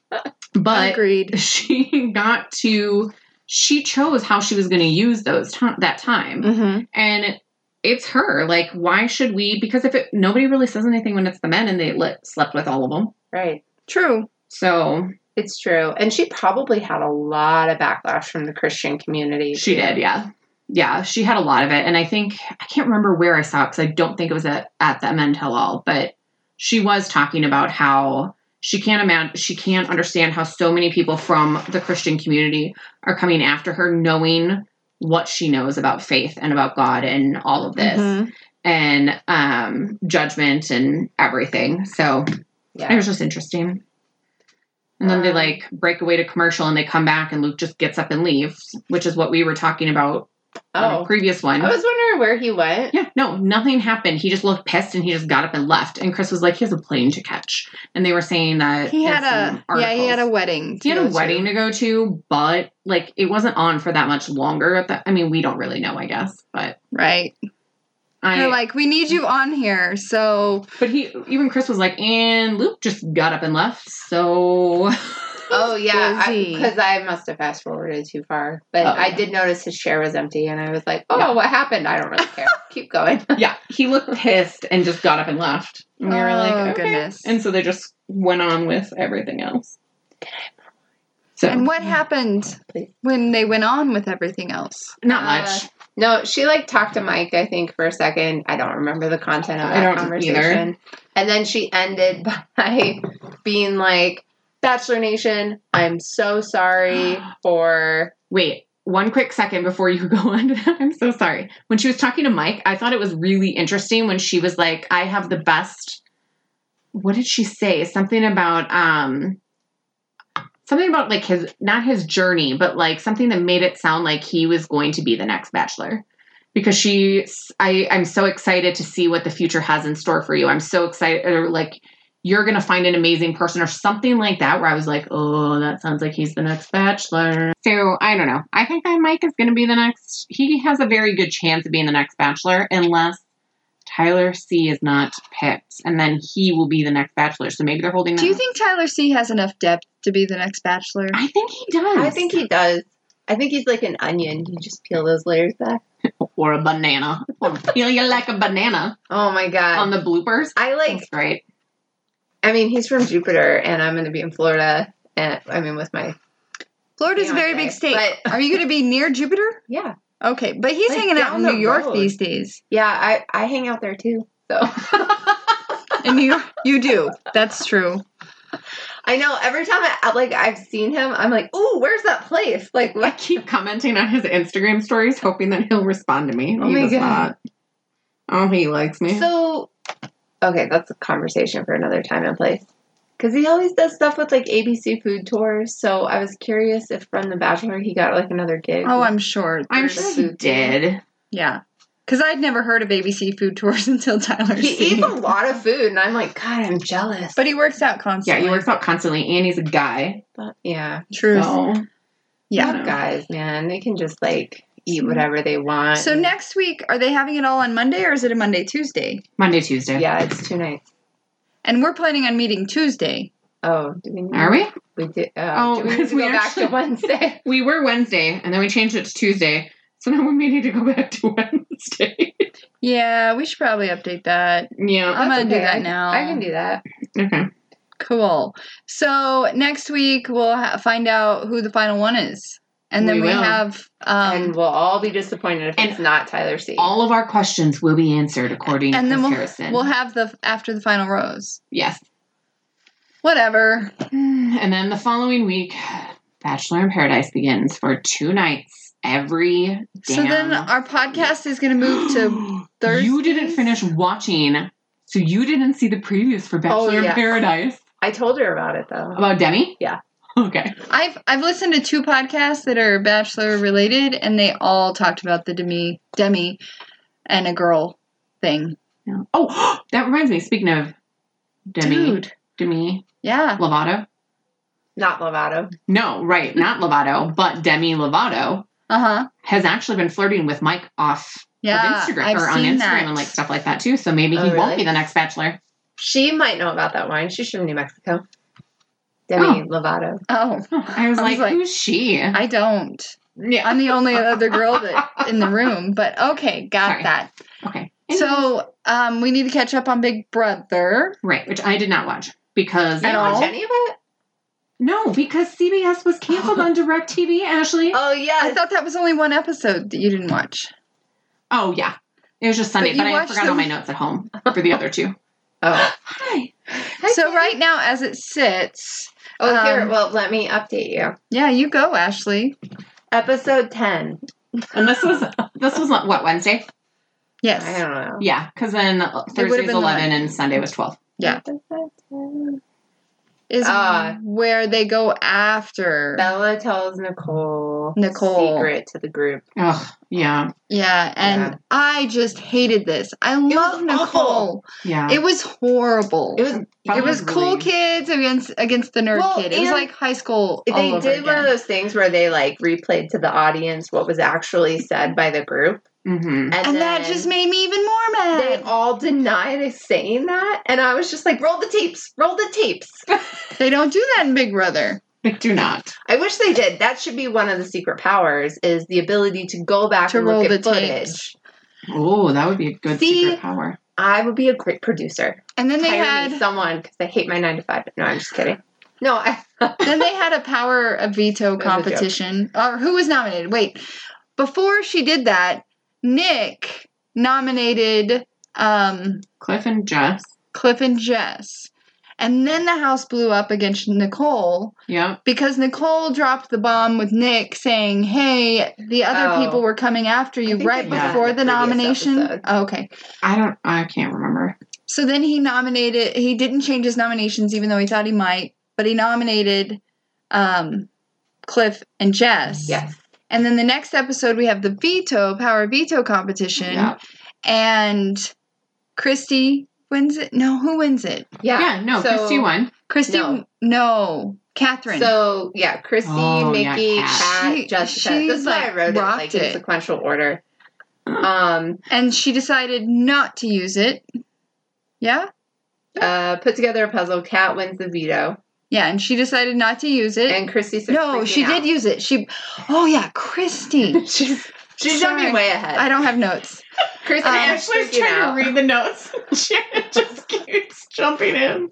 but Agreed. she got to she chose how she was going to use those ti- that time Mm-hmm. and it's her like why should we because if it nobody really says anything when it's the men and they li- slept with all of them Right. True. so It's true. And she probably had a lot of backlash from the Christian community. she did yeah yeah she had a lot of it and i think i can't remember where i saw it because i don't think it was at, at the men tell all but she was talking about how she can't imagine she can't understand how so many people from the christian community are coming after her knowing what she knows about faith and about God and all of this Mm-hmm. Mhm. and um, judgment and everything. So it Yeah. was just interesting. And then they Um, like break away to commercial and they come back and Luke just gets up and leaves, which is what we were talking about on Oh, the previous one. I was wondering where he went. Yeah, no, nothing happened. He just looked pissed and he just got up and left. And Chris was like, he has a plane to catch. And they were saying that He in had some a yeah, he had a articles- wedding. to he had a go to. wedding to go to, but like it wasn't on for that much longer. At that, I mean, we don't really know, I guess, but right? I They're like, we need you on here, so But he, even Chris was like, and Luke just got up and left. So Oh yeah, Busy. because I, must have fast forwarded too far. But Oh, I yeah. did notice his chair was empty, and I was like, "Oh, Yeah. what happened? I don't really care. Keep going." yeah, he looked pissed and just got up and left. And we were Oh, like, okay. goodness. And so they just went on with everything else. So And what happened Please. when they went on with everything else? not Uh, much. No, she like talked to Mike, I think, for a second. I don't remember the content of I that don't conversation. either. And then she ended by being like, Bachelor Nation, I'm so sorry for Wait, one quick second before you go on to that. I'm so sorry. When she was talking to Mike, I thought it was really interesting when she was like, I have the best what did she say? Something about um something about like his not his journey, but like something that made it sound like he was going to be the next bachelor. Because she I I'm so excited to see what the future has in store for you. I'm so excited or like you're gonna find an amazing person or something like that. Where I was like, oh, that sounds like he's the next Bachelor. So I don't know. I think that Mike is gonna be the next. He has a very good chance of being the next Bachelor unless Tyler C is not picked, and then he will be the next Bachelor. So maybe they're holding. Do you that- think Tyler C has enough depth to be the next Bachelor? I think he does. I think he does. I think he's like an onion. You just peel those layers back. or a banana. Or feel you like a banana Oh my god. on the bloopers. I like That's great. I mean he's from Jupiter and I'm gonna be in Florida and I mean with my Florida's a very big fiance, state. but- Are you going to be near Jupiter? yeah. Okay, but he's Like, hanging out in down the New York road. these days. Yeah, I, I hang out there too. So In New York, you do. That's true. I know every time I like I've seen him, I'm like, ooh, where's that place? Like I what keep commenting on his Instagram stories, hoping that he'll respond to me. Oh he my does God. not. Oh, he likes me. So, okay, that's a conversation for another time and place. Because he always does stuff with like ABC food tours. So I was curious if from The Bachelor he got like another gig. Oh, I'm sure. I'm there's- sure There's he food. did. Yeah. Because I'd never heard of ABC food tours until Tyler he C. eats a lot of food, and I'm like, God, I'm jealous. But he works out Yeah, constantly. he works out constantly, and he's a guy. But, yeah, Truth. So yeah. No. guys, man, they can just like eat whatever they want. So next week, are they having it all on Monday or is it a Monday Tuesday? Monday, Tuesday. yeah, it's two nights. And we're planning on meeting Tuesday. Oh, do we need? Are we? We do. Uh, Oh, do we need because to we go back to actually- Wednesday? We were Wednesday, and then we changed it to Tuesday. So now we may need to go back to Wednesday. Yeah, we should probably update that. yeah. I'm That's gonna do okay. that now. I can do that. Okay. Cool. So next week we'll ha- find out who the final one is, and then We we, will. have um, and we'll all be disappointed if And it's not Tyler C. All of our questions will be answered according and to then Chris we'll Harrison. we'll have the after the final rose. yes. Whatever. And then the following week, Bachelor in Paradise begins for two nights every damn. So then our podcast is gonna move to Thursday. You didn't finish watching, so you didn't see the previews for Bachelor Oh, yeah. in Paradise I told her about it though. about Demi. Yeah. Okay. I've I've listened to two podcasts that are bachelor related, and they all talked about the demi demi and a girl thing. Yeah. Oh, that reminds me. Speaking of Demi, Dude. Demi Yeah. Lovato. Not Lovato. No, right, not Lovato, but Demi Lovato Uh huh. has actually been flirting with Mike off Yeah. of Instagram I've or on seen Instagram that. and like stuff like that too. So maybe Oh, he won't really? be the next Bachelor. She might know about that wine. She's from New Mexico. Demi Lovato. Oh, I was, I was like, like, who's she? I don't. yeah. I'm the only other girl that in the room, but okay, got Sorry. that. okay. So um, we need to catch up on Big Brother. right, which I did not watch because At You don't all? watch any of it? No, because CBS was canceled Oh. on DirecTV, Ashley. Oh yeah. I thought that was only one episode that you didn't watch. oh yeah. It was just Sunday, But but, you I watched forgot all them- my notes at home for the other two. oh. Hi. So right now, as it sits, Oh here, um, well let me update you. yeah, you go, Ashley. Episode ten. And this was this was what Wednesday. I Yes. don't know. Yeah, because then Thursday was been eleven the- and Sunday was twelve. Yeah. Is Ah. where they go after. Bella tells Nicole Nicole. secret to the group. Ugh, yeah, Yeah, and Yeah. I just hated this. I love Nicole. awful. yeah. It was horrible. It was It was cool Probably. kids against against the nerd Well, kid. It was and like high school. all they over did one of again. those things where they like replayed to the audience what was actually said by the group, Mhm. and, and that then just made me even more they mad. all denied us saying that, and I was just like, "Roll the tapes, roll the tapes." They, don't do that in Big Brother. They do not. I wish they did. That should be one of the secret powers: is the ability to go back To and roll look at the footage. tapes. Oh, that would be a good See? secret power. I would be a great producer. And then they Hire me had someone because I hate my nine to five. No, I'm just kidding. No, I then they had a power of veto That was a joke. competition. Or who was nominated? Wait, before she did that, Nick nominated um, Cliff and Jess. Cliff and Jess, and then the house blew up against Nicole. Yep. because Nicole dropped the bomb with Nick saying, "Hey, the other Oh. people were coming after I you think right they did that before in the the previous nomination." episode. Oh, okay. I don't. I can't remember. So then he nominated he didn't change his nominations even though he thought he might, but he nominated um Cliff and Jess. yes, And then the next episode we have the veto power veto competition Yeah. and Christy wins it. No, who wins it? yeah, Yeah. No. So- Christy won. Christy No. no, Catherine. So yeah, Christy, Oh, yeah, Mickey, Kat. Kat, She- Jessica. she's, This is why I like, wrote it like rocked in it. sequential order. Um, and she decided not to use it. Yeah? uh, put together a puzzle. Kat wins the veto, Yeah, and she decided not to use it. and Christy. starts no, freaking she out. did use it. She, oh yeah, Christy. she's she's Sorry. jumping way ahead. I don't have notes. Christy Um, is freaking out, read the notes. she just keeps jumping in.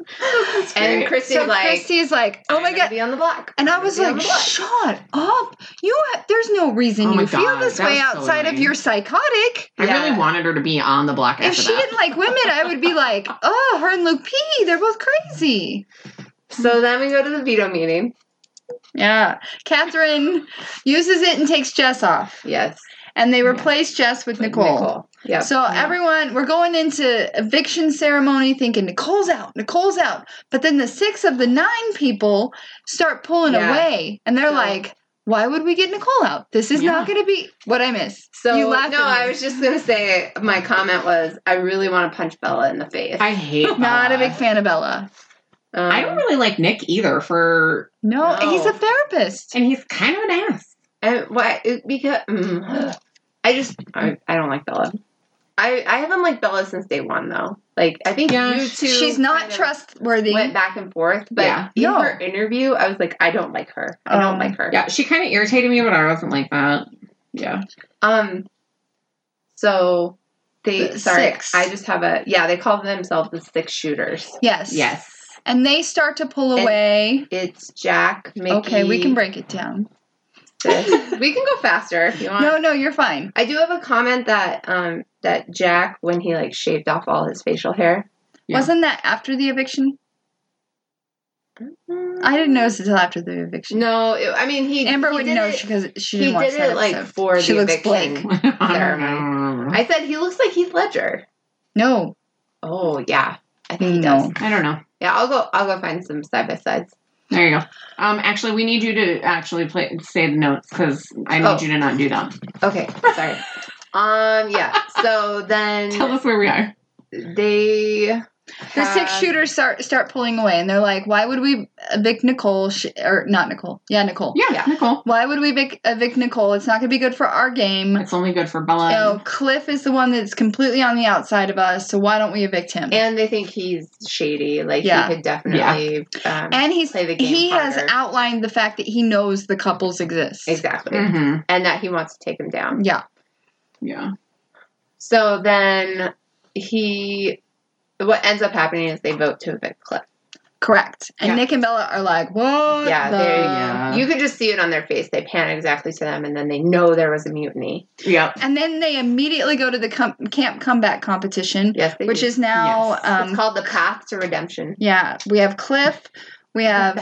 and Christy's So like, Christy's like, oh "I'm my gonna god. be on the block. And I I'm was gonna be like, on the block." shut up. You, ha- there's no reason Oh my you feel God, this that way was so outside of annoying. you're psychotic. I Yeah. really wanted her to be on the block If after she that. didn't like women, I would be like, oh, her and Luke P, they're both crazy. So then we go to the veto meeting. Yeah. Catherine uses it and takes Jess off. Yes, And they Yeah. replace Jess with Nicole. Yep. So everyone, we're going into eviction ceremony thinking Nicole's out, Nicole's out. But then the six of the nine people start pulling Yeah. away, and they're So- like, "Why would we get Nicole out? This is not going to be what I miss." So you laugh no, at me. I was just gonna say my comment was I really want to punch Bella in the face. I hate. not a Bella. big fan of Bella. Um, I don't really like Nick either. For No, No. he's a therapist. and he's kind of an ass. And why? It, because mm, I just I, I don't like Bella. I I haven't liked Bella since day one though. Like I think Yeah, you two. She's not kind of trustworthy. Went back and forth, but Yeah. in No. her interview, I was like, I don't like her. I don't Oh. like her. Yeah, she kind of irritated me, but I wasn't like that. Yeah. Um. So they The sorry. six. I just have a yeah. They call themselves the six shooters. Yes. Yes. And they start to pull And- away. It's Jack, Mickey. Okay, we can break it down. this. we can go faster if you want. No, no, you're fine. I do have a comment that um that Jack when he like shaved off all his facial hair. Yeah. Wasn't that after the eviction? I didn't notice until after the eviction. No, it, I mean he. Amber he would did know it- because she he didn't watch did that it like episode. for She the looks eviction. blank. I I said he looks like Heath Ledger. No, Oh yeah, I think he No. does. I don't know. Yeah, I'll go. I'll go find some side by sides. There you go. Um, actually, we need you to actually play say the notes because I need Oh. you to not do that. Okay, sorry. um, yeah. So Tell then us where we are. they the six have- shooters start start pulling away, and they're like, "Why would we evict Nicole? Sh- or not Nicole? Yeah, Nicole. Yeah, Yeah. Nicole. Why would we evic- evict Nicole? It's not going to be good for our game. It's only good for Bella. no, Cliff is the one that's completely on the outside of us. So why don't we evict him? And they think he's shady. Like Yeah. he could definitely. Um, And he's Play the game he has harder. outlined the fact that he knows the couples exist. exactly. Mm-hmm. And that he wants to take him down. Yeah, Yeah. So then he. What ends up happening is they vote to evict Cliff. correct. And Yeah. Nick and Bella are like, "What? Yeah, the-" they- Yeah. You could just see it on their face. They pan exactly to them, and then they know there was a mutiny. Yep. And then they immediately go to the com- camp comeback competition, Yes, they which do. is now Yes. um, it's called the Path to Redemption. Yeah, we have Cliff, we have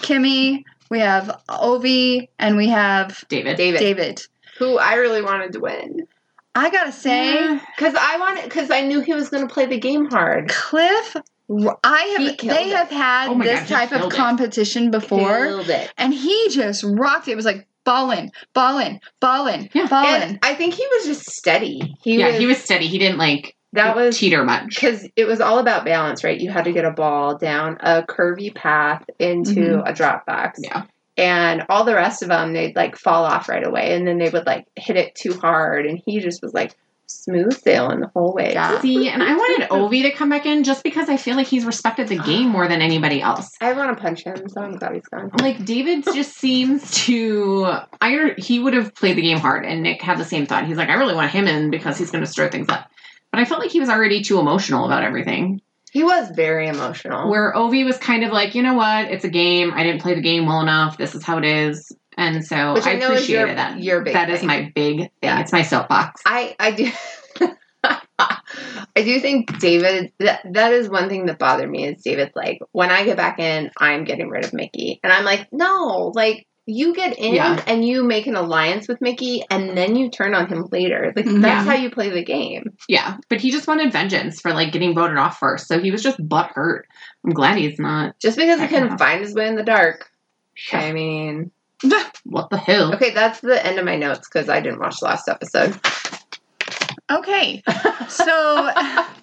Kimmy, we have Ovi, and we have David. David. David. who I really wanted to win. I gotta say, Yeah. Because I wanted, because I knew he was going to play the game hard. Cliff, r- I He have killed they it. have had Oh my this God, he type of killed it. competition before, Killed it. and he just rocked it. It was like ballin, ballin, ballin, Yeah. ballin. And I think he was just steady. He yeah, was, he was steady. He didn't like That was teeter much. because it was all about balance, right? You had to get a ball down a curvy path into Mhm. a drop box. Yeah. And all the rest of them, they'd like fall off right away, and then they would like hit it too hard, and he just was like smooth sailing the whole way. Yeah. Uh, See, and I wanted Ovi to come back in just because I feel like he's respected the game more than anybody else. I want to punch him, so I'm glad he's gone. Like David just seems to I he would have played the game hard and Nick had the same thought. He's like, I really want him in because he's gonna stir things up. But I felt like he was already too emotional about everything. He was very emotional. Where Ovi was kind of like, you know what, it's a game. I didn't play the game well enough. This is how it is. And so Which I I, know is appreciated your- that. your big That is thing. my big thing. Yeah. It's my soapbox. I I do. I do think David. That that is one thing that bothered me is David's like when I get back in, I'm getting rid of Mickey, and I'm like, no, like you get in Yeah. and you make an alliance with Mickey, and then you turn on him later. Like Mhm. that's Mm-hmm. Yeah. how you play the game. Yeah, but he just wanted vengeance for like getting voted off first. So he was just butthurt. I'm glad he's not. Just because he Yeah. couldn't find his way in the dark. I mean, What the hell? okay, that's the end of my notes because I didn't watch the last episode. okay, so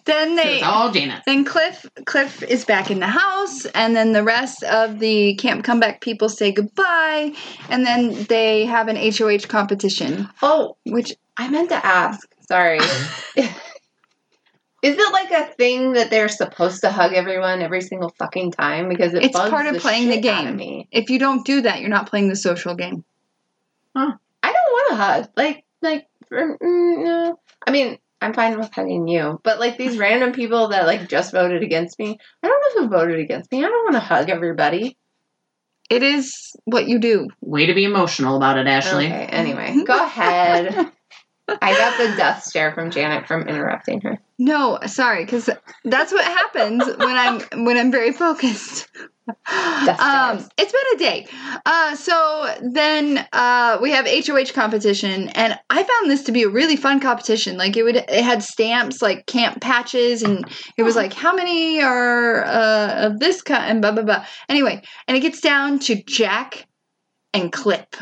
then So they it's all Janet. then Cliff Cliff is back in the house, and then the rest of the Camp Comeback people say goodbye, and then they have an HOH competition, Oh, which I meant to ask. Sorry. Is it like a thing that they're supposed to hug everyone every single fucking time? Because it It's bugs part of the playing the shit out game. of me. if you don't do that, you're not playing the social game. I don't want to hug. Like, like, mm, no. I mean, I'm fine with hugging you, but like these random people that like just voted against me. I don't know who voted against me. I don't want to hug everybody. It is what you do. Way to be emotional about it, Ashley. Okay. Anyway, go ahead. I got the death stare from Janet from interrupting her. No, sorry, because that's what happens when I'm when I'm very focused. Um, Downstairs. it's been a day. Uh, so then uh, we have HOH competition, and I found this to be a really fun competition. Like it would, it had stamps like camp patches, and it was like how many are uh, of this kind, and blah blah blah. Anyway, and it gets down to Jack and Clip,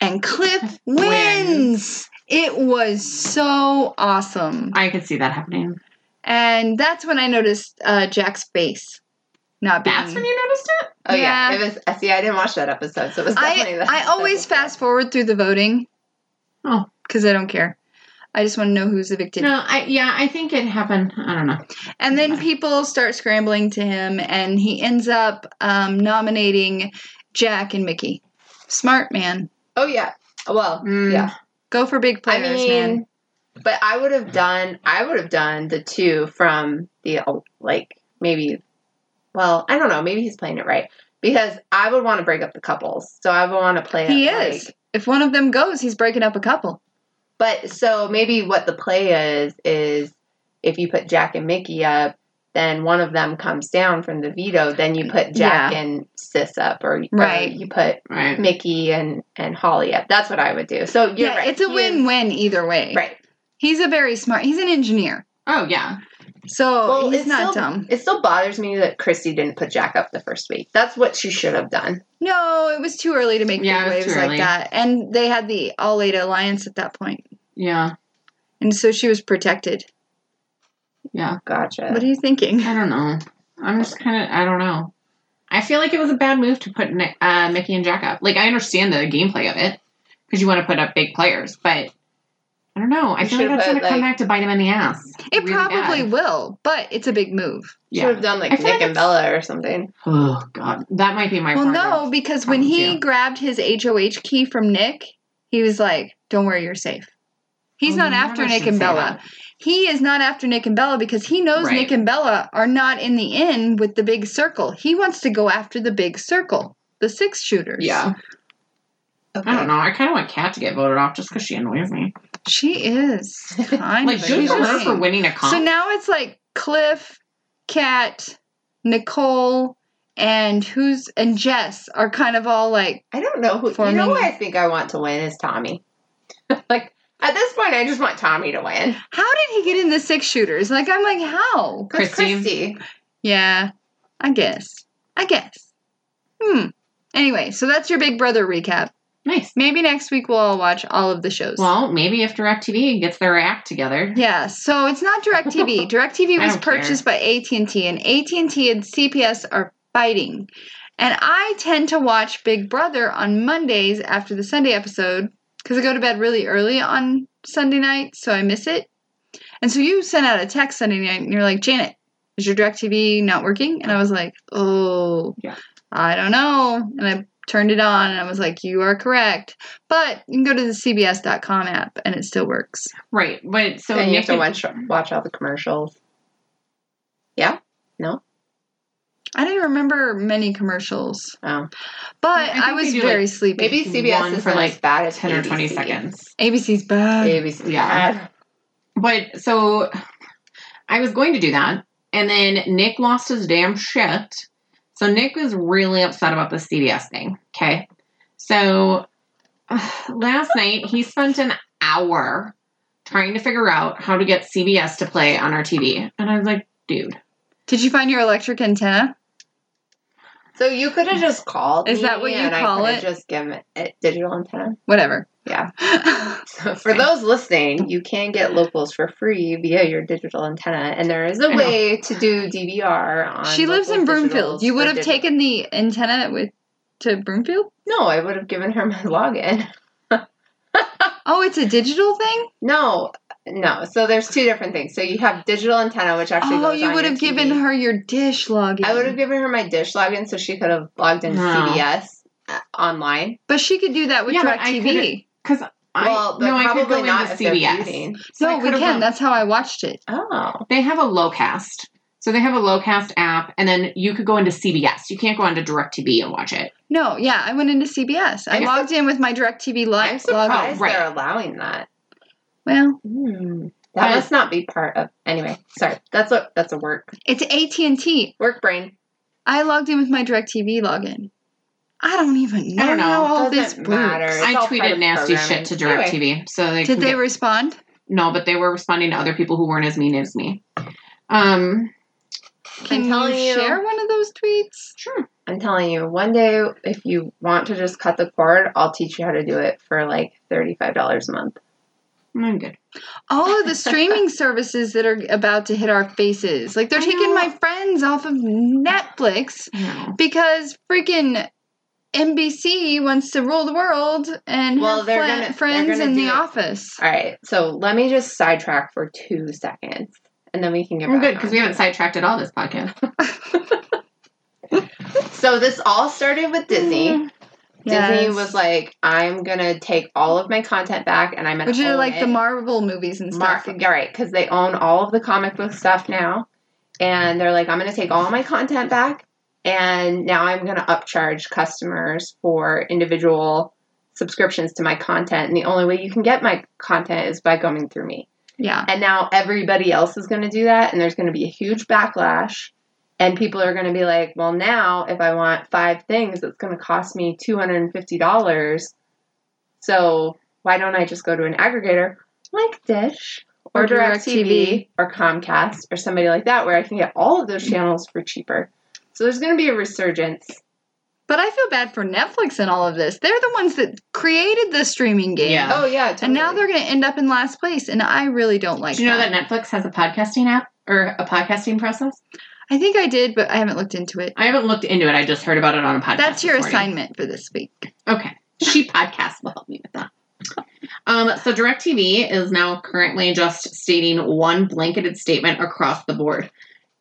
and Clip wins. It was so awesome. I could see that happening. And that's when I noticed uh, Jack's face not being. That's when you noticed it? Oh yeah. Yeah. it was. I see. I didn't watch that episode, so it was definitely. I that I always episode. fast forward through the voting. Oh. Because I don't care. I just want to know who's evicted. No, I yeah, I think it happened. I don't know. And then people start scrambling to him, and he ends up um, nominating Jack and Mickey. Smart man. Oh yeah. Well, Mm. yeah. Go for big players, I mean, man. but I would have done. I would have done the two from the oh, like maybe. Well, I don't know. Maybe he's playing it right because I would want to break up the couples. So I would want to play. He it like- is. If one of them goes, he's breaking up a couple. but so maybe what the play is is if you put Jack and Mickey up. Then one of them comes down from the veto. Then you put Jack and Sis up, or, or Right. you put Right. Mickey and and Holly up. That's what I would do. So you're yeah, right. it's a He is- win-win either way. Right. He's a very smart. He's an engineer, Oh yeah. so Well, he's it's not still- dumb. It still bothers me that Christy didn't put Jack up the first week. That's what she should have done. No, it was too early to make Yeah, big it was waves too like early. that. And they had the All Ada Alliance at that point. Yeah. And so she was protected. Yeah. Gotcha. What are you thinking? I don't know. I'm just kind of I don't know. I feel like it was a bad move to put Nick, uh, Mickey and Jack up. Like I understand the gameplay of it because you want to put up big players, but I don't know. I You feel like should've that's put, going to come like- back to bite him in the ass. It Really probably bad. will, but it's a big move. should have yeah. done like I Nick feel like and it's- Bella or something. Oh god, that might be my. Well, problem. no, because when Problem he too. grabbed his HOH key from Nick, he was like, don't worry, you're safe. He's Oh, not you after never Nick should and say Bella. He is not after Nick and Bella because he knows Right. Nick and Bella are not in the in with the big circle. He wants to go after the big circle, the six shooters. Yeah, Okay. I don't know. I kind of want Kat to get voted off just because she annoys me. She is. Kind Like, of good for her annoying. for winning a comp. So now it's like Cliff, Kat, Nicole, and who's and Jess are kind of all like I don't know who. You Forming- know who I think I want to win is Tommy. like at this point, I just want Tommy to win. How did he get in the six shooters? Like I'm like, how? 'Cause Christy. Christy. Yeah, I guess. I guess. Hmm. Anyway, so that's your Big Brother recap. Nice. Maybe next week we'll all watch all of the shows. Well, maybe if DirecTV gets their act together. Yeah, so it's not DirecTV. DirecTV I was don't care. purchased by AT&T, and AT&T and CPS are fighting. And I tend to watch Big Brother on Mondays after the Sunday episode because I go to bed really early on Sunday night, so I miss it. And so you sent out a text Sunday night, and you're like, Janet, is your DirecTV not working? And I was like, oh, Yeah. I don't know. And I turned it on, and I was like, you are correct. But you can go to the CBS.com app, and it still works. Right. But so and you have Nick to and- watch watch all the commercials. I didn't remember many commercials, Oh, but I think I, was they do, very like, sleepy. maybe CBS One is for, not like, as bad as 10 or 20 ABC. seconds. ABC's bad. ABC's Yeah. bad. But so I was going to do that. And then Nick lost his damn shit. So Nick was really upset about the CBS thing. Okay. So last night he spent an hour trying to figure out how to get CBS to play on our TV. And I was like, dude, Did you find your electric antenna? So you could have just called. Is me that what you and I call coulda it? Just given it digital antenna. Whatever. Yeah. I For those listening, you can get locals for free via your digital antenna, and there is a I know. way to do DVR on. she lives local in Broomfield. digitals You would for have digital- taken the antenna with to Broomfield? No, I would have given her my login. Oh, it's a digital thing? No, no. So there's two different things. So you have digital antenna, which actually Oh, goes you on would your have given TV. her your dish login. I would have given her my dish login, so she could have logged into No. CBS uh, online. But she could do that with Yeah, but I DirecTV. because I well, but no, I probably could go not into if they're CBS. feuding. So I no, we could've can. gone- That's how I watched it. Oh, they have a lowcast. So they have a lowcast app, and then you could go into CBS. You can't go onto DirecTV and watch it. No, yeah, I went into CBS. I I'm logged in with my DirecTV li- I'm login. surprised right. they're allowing that. Well, Hmm. That Right. must not be part of. Anyway, sorry. That's a that's a work It's AT&T. work brain. I logged in with my DirecTV login. I don't even know, I don't know. how all Doesn't this works. matter. It's I all part tweeted of nasty programming. shit to Anyway. DirecTV, so they Did can they get- respond? no, but they were responding to other people who weren't as mean as me. Um, Can you telling you. share one of those tweets? sure. I'm telling you, one day if you want to just cut the cord, I'll teach you how to do it for like thirty five dollars a month. I'm good. All of the streaming services that are about to hit our faces. Like they're I taking know. my friends off of Netflix I know. because freaking NBC wants to rule the world and Well, have they're fla- gonna- they're friends gonna in do the it. office. All right, so let me just sidetrack for two seconds, and then we can get I'm back good on. because we haven't sidetracked at all this podcast. So this all started with Disney. Disney Yes. was like, I'm gonna take all of my content back, and I'm gonna which are own like the it. Marvel movies and Mar- stuff. all right, because they own all of the comic book stuff now, and they're like, I'm going to take all my content back, and now I'm going to upcharge customers for individual subscriptions to my content, and the only way you can get my content is by going through me. yeah. And now everybody else is going to do that, and there's going to be a huge backlash. And people are going to be like, well, now if I want five things, it's going to cost me $250. So why don't I just go to an aggregator like Dish or, Or DirecTV DirecTV. or Comcast or somebody like that where I can get all of those channels for cheaper? So there's going to be a resurgence. But I feel bad for Netflix and all of this. They're the ones that created the streaming game. Yeah. Oh, yeah. And now totally. they're going to end up in last place. And I really don't like Do you know that. that Netflix has a podcasting app or a podcasting process? I think I did, but I haven't looked into it. I haven't looked into it. I just heard about it on a podcast. That's your this morning. assignment for this week. Okay. She podcasts will help me with that. Um, so DirecTV is now currently just stating one blanketed statement across the board.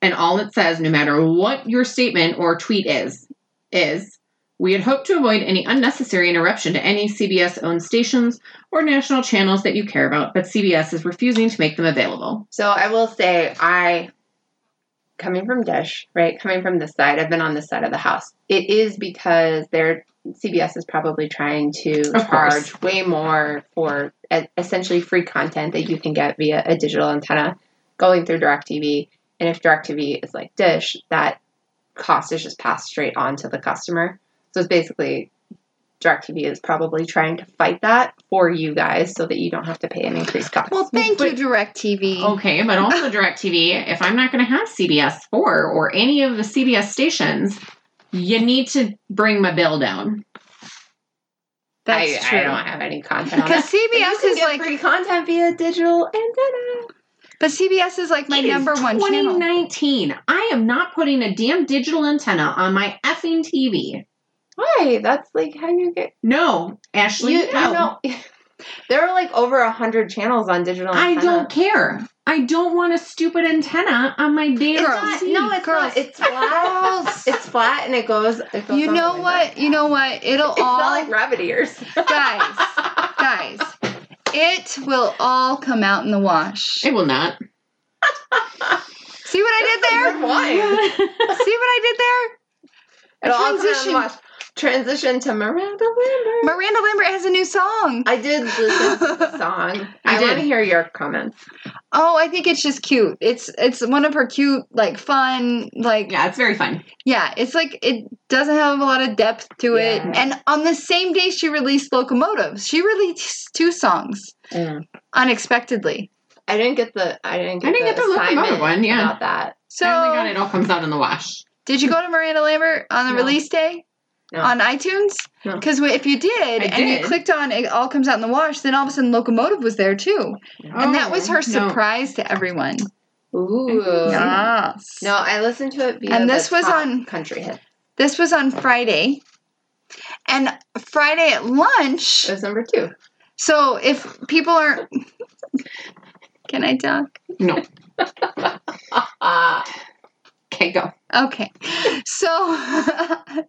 And all it says, no matter what your statement or tweet is, is we had hoped to avoid any unnecessary interruption to any CBS owned stations or national channels that you care about, but CBS is refusing to make them available. So I will say, I, coming from Dish, right, coming from this side, I've been on this side of the house. It is because they're, CBS is probably trying to Of course. charge way more for e- essentially free content that you can get via a digital antenna going through DirecTV. And if DirecTV is like Dish, that cost is just passed straight on to the customer. So it's basically DirecTV is probably trying to fight that for you guys so that you don't have to pay an increased cost. Well, thank but- you, DirecTV. Okay, but also DirecTV, if I'm not going to have CBS 4 or any of the CBS stations, you need to bring my bill down. That's I, true. I don't have any content on because that. CBS You can is get like, free content via digital antenna. but CBS is like my It is number one channel. 2019. I am not putting a damn digital antenna on my effing TV. Why? That's like how you get. No, Ashley. you, you no. know, Oh, there are like over a hundred channels on digital. I antenna. don't care. I don't want a stupid antenna on my damn Girls. It's TV. not- no, it's Girls. not. It's flat. Girls. it's flat, and it goes. It goes You all know the way back. what? You know what? It'll It's all not like rabbit ears. guys, guys. It will all come out in the wash. It will not. See what I did there? Why? See what I did there? It all Transition. transition. Transition to Miranda Lambert. Miranda Lambert has a new song. I did listen to the song. I, want did. to hear your comments. Oh, I think it's just cute. It's it's one of her cute, like fun, like yeah. yeah, it's very fun. it's like it doesn't have a lot of depth to it. Yeah. And on the same day she released Locomotives, she released two songs unexpectedly. I didn't get the. I didn't get. I didn't the get the locomotive assignment one, yeah. about that. oh my god, So it all comes out in the wash. did you go to Miranda Lambert on the No. release day? No. On iTunes? No. Because if you did I and did. you clicked on it all comes out in the wash, then all of a sudden Locomotive was there too. and Oh, that was her surprise to everyone. Mm-hmm. Ooh. Yes. No, I listened to it. Via And the this was top on- country hit. This was on Friday. And Friday at lunch, It was number two. so if people aren't Can I talk? No. Ah, Okay, go. Okay. So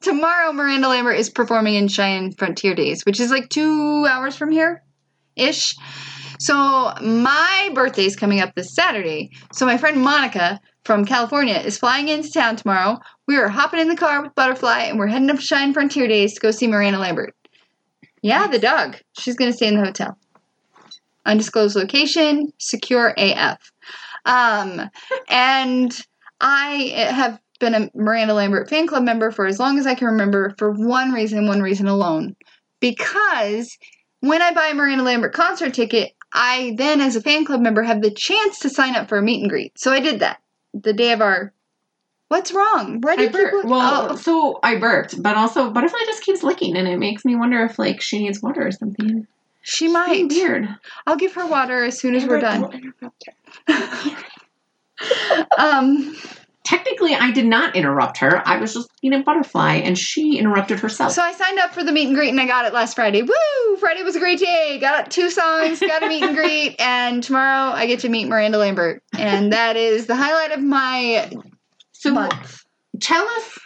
tomorrow Miranda Lambert is performing in Cheyenne Frontier Days, which is like 2 hours from here ish. So my birthday's coming up this Saturday. So my friend Monica from California is flying into town tomorrow. We are hopping in the car with Butterfly and we're heading up to Shine Frontier Days to go see Miranda Lambert. Yeah, the dog. She's gonna stay in the hotel. Undisclosed location, secure AF. Um, and I have been a Miranda Lambert fan club member for as long as I can remember for one reason, one reason alone. Because when I buy a Miranda Lambert concert ticket, I then, as a fan club member, have the chance to sign up for a meet and greet. So I did that the day of our. What's wrong? Why do I burped. people? Well, oh, so I burped, but also Butterfly just keeps licking, and it makes me wonder if like she needs water or something. she might. Weird. I'll give her water as soon as we're done. Um, Technically, I did not interrupt her. I was just being a butterfly, and she interrupted herself. so I signed up for the meet and greet and I got it last Friday. Woo! Friday was a great day. Got two songs, got a meet and greet, and tomorrow I get to meet Miranda Lambert, and that is the highlight of my So month. tell us.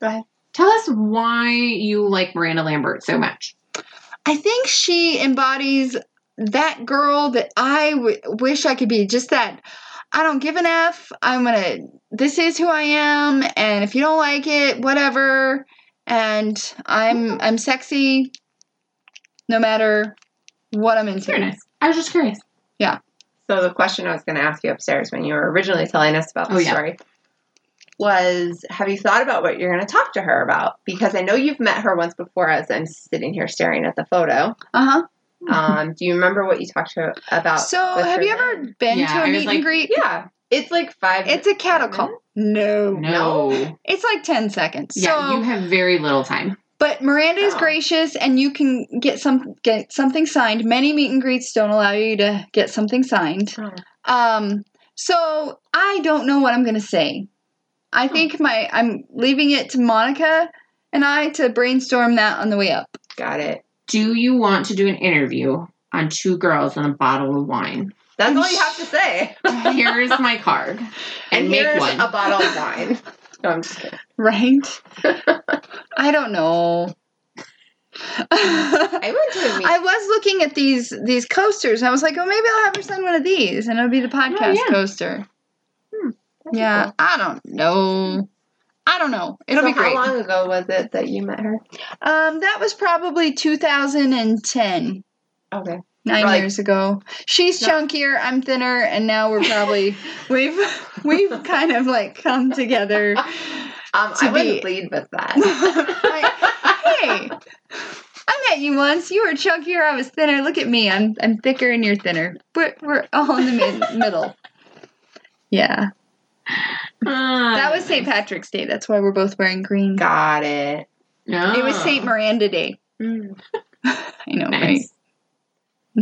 Go ahead. Tell us why you like Miranda Lambert so much. I think she embodies that girl that I w- wish I could be. Just that I don't give an F. I'm gonna. This is who I am, and if you don't like it, whatever. And I'm I'm sexy, no matter what I'm into. Very nice. I was just curious. So the question I was going to ask you upstairs when you were originally telling us about the Oh, yeah. story was, have you thought about what you're going to talk to her about? Because I know you've met her once before as I'm sitting here staring at the photo. Uh Um, do you remember what you talked to her huh. Uh, about? So with have her you then? ever been Yeah, to I a was meet like- and greet? Yeah, it's like five. It's a cattle call. No. No. It's like ten seconds. yeah, so you have very little time. But Miranda is Oh. gracious, and you can get some get something signed. Many meet and greets don't allow you to get something signed. Oh. Um, so I don't know what I'm going to say. I think my I'm leaving it to Monica and I to brainstorm that on the way up. Got it. Do you want to do an interview on two girls and a bottle of wine? That's I'm all you have to say. Here's my card, and make here's one. a bottle of wine. No, I'm just kidding. Right? I don't know. I went to a meet. I was looking at these these coasters and I was like, oh, maybe I'll have her sign one of these and it'll be the podcast yeah. coaster. That'd be Yeah, cool. I don't know. I don't know. Mm-hmm. It'll So be great. How long ago was it that you met her? Um, that was probably 2010, Okay. nine Right. years ago. She's No. chunkier, I'm thinner, and now we're probably we've we've kind of like come together. Um, To I would be- lead with that. Like, hey, met you once. You were chunkier. I was thinner. Look at me. I'm I'm thicker and you're thinner. We're we're all in the mid- middle. Yeah, Ah. that was St. Patrick's Day. That's why we're both wearing green. Got it. It was St. Miranda Day. I know, right? Nice.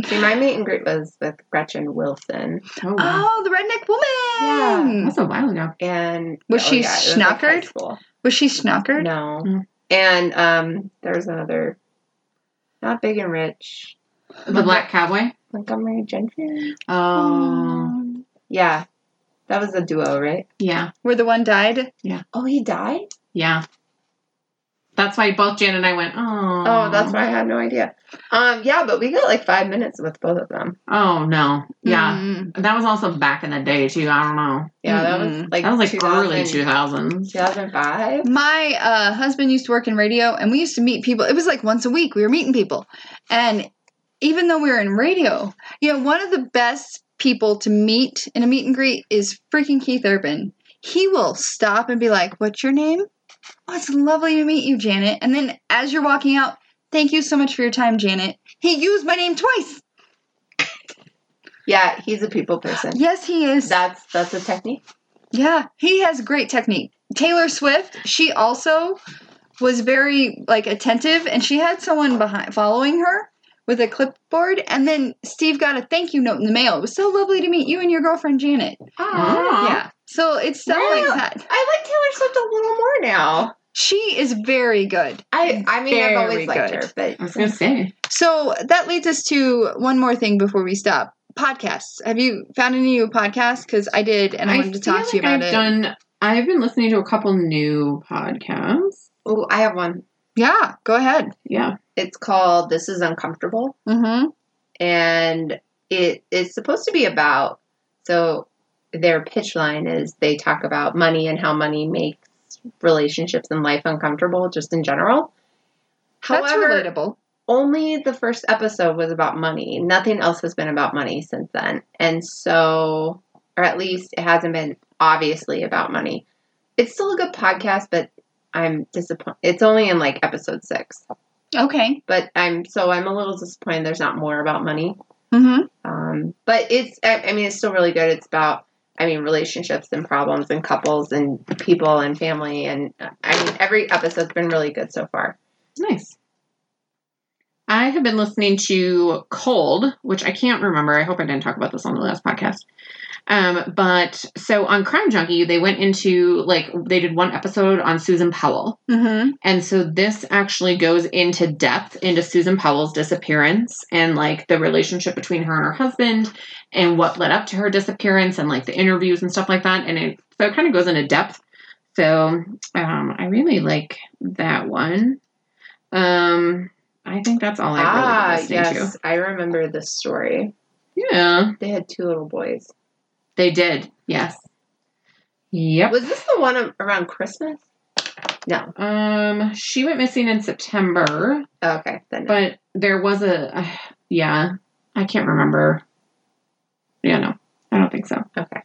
See, my meet and greet was with Gretchen Wilson, Oh, wow. Oh, the redneck woman. That's a while ago. and oh, Was she it was, like, high schnockered? school. Was she snockered? No, Mm. and um, there was another, not big and rich, The Black Cowboy. Montgomery Gentry. Oh, Um, Yeah, that was a duo, right? yeah, Where the one died? Oh, he died. yeah. That's why both Jan and I went. Oh, Oh, that's why I had no idea. Um, yeah, but we got like five minutes with both of them. Oh no, yeah. Mm. That was also back in the day too. I don't know. Yeah, that was Mm-mm. like That was like 2000 early two thousands. 2005. My uh, husband used to work in radio, and we used to meet people. It was like once a week we were meeting people, and even though we were in radio, you know, one of the best people to meet in a meet and greet is freaking Keith Urban. He will stop and be like, "What's your name? Oh, it's lovely to meet you, Janet." And then as you're walking out, "Thank you so much for your time, Janet." He used my name twice. Yeah, he's a people person. Yes, he is. That's that's a technique. Yeah, he has great technique. Taylor Swift, she also was very like attentive and she had someone behind following her with a clipboard and then Steve got a thank you note in the mail. It was so lovely to meet you and your girlfrind Janet. Aw. Yeah. So it's stuff Wow. like that. I like Taylor Swift a little more now. She is very good. I I mean I've Very always liked good. Mm-hmm. her, but I was gonna say. So that leads us to one more thing before we stop. Podcasts. Have you found any new podcasts? Because I did and I, wanted to feel talk to you like about I've it. Done. I've been listening to a couple new podcasts. oh, I have one. yeah, go ahead. Yeah. It's called This Is Uncomfortable, Mm-hmm. and it it's supposed to be about so their pitch line is they talk about money and how money makes relationships and life uncomfortable just in general. That's However, relatable. only the first episode was about money. Nothing else has been about money since then. And so, or at least it hasn't been obviously about money. It's still a good podcast, but I'm disappointed. It's only in like episode six. Okay. But I'm so I'm a little disappointed there's not more about money. Mm-hmm. Um, but it's, I, I mean, it's still really good. It's about, I mean, relationships and problems and couples and people and family. And uh, I mean, every episode's been really good so far. Nice. I have been listening to Cold, which I can't remember. I hope I didn't talk about this on the last podcast. Um, but so on Crime Junkie, they went into like they did one episode on Susan Powell. Mm-hmm. And so this actually goes into depth into Susan Powell's disappearance and like the relationship between her and her husband and what led up to her disappearance and like the interviews and stuff like that. And it so it kind of goes into depth. So um, I really like that one. Um, I think that's all ah, I've really been listening yes. I remember this story. to. Yeah, They had two little boys. they did. Yes. Yep. Was this the one a- around Christmas? Um, she went missing in September. Oh, okay, then. no. But there was a, uh, yeah, I can't remember. Yeah, no, I don't think so. okay.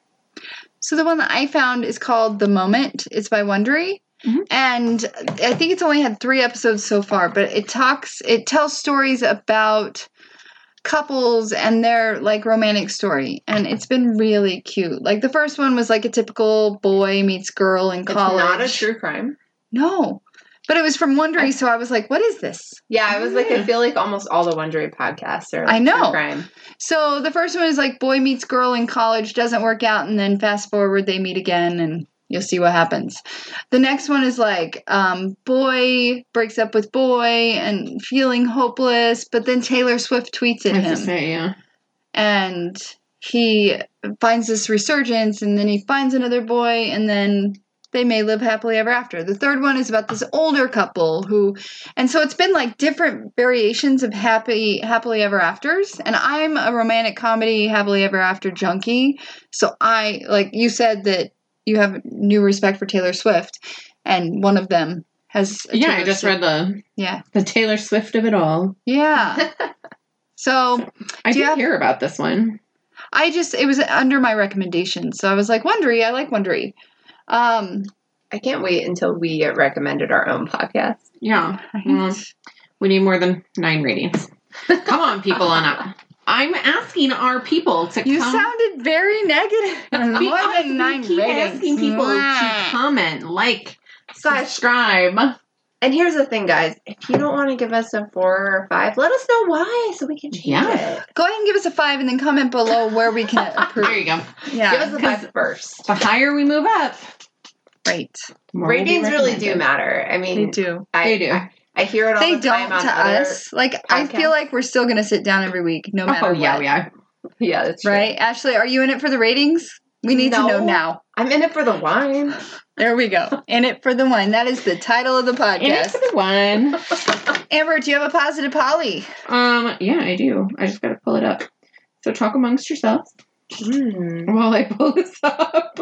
So the one that I found is called The Moment. It's by Wondery. Mm-hmm. Mhm. And I think it's only had three episodes so far, but it talks, it tells stories about couples and their like romantic story. And it's been really cute. Like the first one was like a typical boy meets girl in college. It's not a true crime. No. But it was from Wondery, so I was like, what is this? Yeah, I was like, I Yeah. feel like almost all the Wondery podcasts are. Like I know. True crime. So the first one is like boy meets girl in college, doesn't work out, and then fast forward they meet again and you'll see what happens. The next one is like um, boy breaks up with boy and feeling hopeless, but then Taylor Swift tweets I at have to him say, yeah. and he finds this resurgence and then he finds another boy and then they may live happily ever after. The third one is about this older couple who and so it's been like different variations of happy happily ever afters and I'm a romantic comedy happily ever after junkie. So I like you said that you have new respect for Taylor Swift and one of them has a Yeah, I Taylor just Swift- read the Yeah. the Taylor Swift of it all. Yeah. so I Do did you have- hear about this one. I just it was under my recommendation, so I was like Wondery. I like Wondery. Um, I can't wait until we get recommended our own podcast. Yeah, Mm. We need more than nine ratings. Come on, people on up. I'm asking our people to You come. sounded very negative. More Be honest, than we nine keep ratings. asking people to Mwah. comment, like, Guys, subscribe. and here's the thing, guys. If you don't want to give us a four or five, let us know why so we can change Yeah. it. Go ahead and give us a five, and then comment below where we can There approve. you go. Give Yeah, us a Because- five first. The higher we move up, great. the more we'll be Ratings really do recommended. matter. I mean, They do. I, They do. I, I hear it all They the time don't on to other- us. Like I feel podcasts. like we're still gonna sit down every week, no matter oh yeah, what. we are. Yeah, that's true. Right, Ashley? Are you in it for the ratings? We need to No. know now. I'm in it for the wine. There we go. In it for the one. That is the title of the And it's podcast. the one. Amber, do you have a positive Polly? Um, yeah, I do. I just gotta pull it up. So talk amongst yourselves Mm. while I pull this up.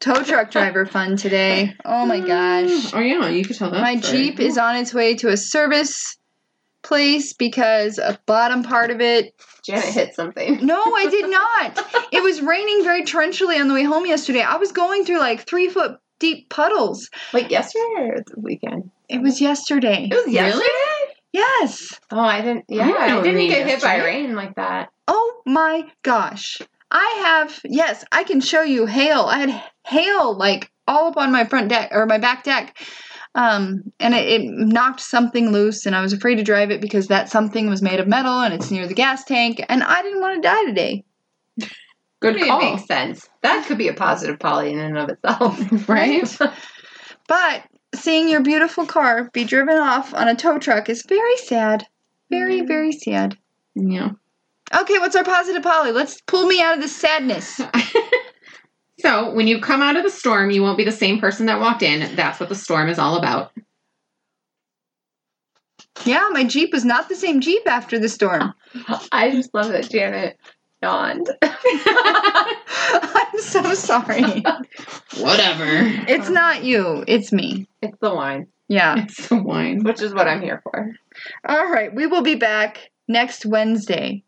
Tow truck driver fun today. Oh my gosh. Mm, Oh yeah, you could tell that. My story. Jeep is on its way to a service place because a bottom part of it. Janet hit something. No, I did not. it was raining very torrentially on the way home yesterday. I was going through like three foot deep puddles. Wait, yesterday or the weekend? It was yesterday. It was yesterday. Yes. Oh, I didn't. Yeah, I don't I, didn't mean get hit by yesterday. rain like that. Oh my gosh. I have, yes, I can show you hail. I had hail like all up on my front deck or my back deck. Um, and it, it knocked something loose, and I was afraid to drive it because that something was made of metal and it's near the gas tank, and I didn't want to die today. good It call, makes sense. That could be a positive poly in and of itself. right? But seeing your beautiful car be driven off on a tow truck is very sad. Very, Mm. very sad. yeah. Okay, what's our positive poly? Let's pull me out of this sadness. so when you come out of the storm, you won't be the same person that walked in. That's what the storm is all about. Yeah, my Jeep was not the same Jeep after the storm. I just love that Janet yawned. I'm so sorry. Whatever. It's not you, it's me. it's the wine, Yeah. It's the wine. which is what I'm here for. All right, we will be back next Wednesday.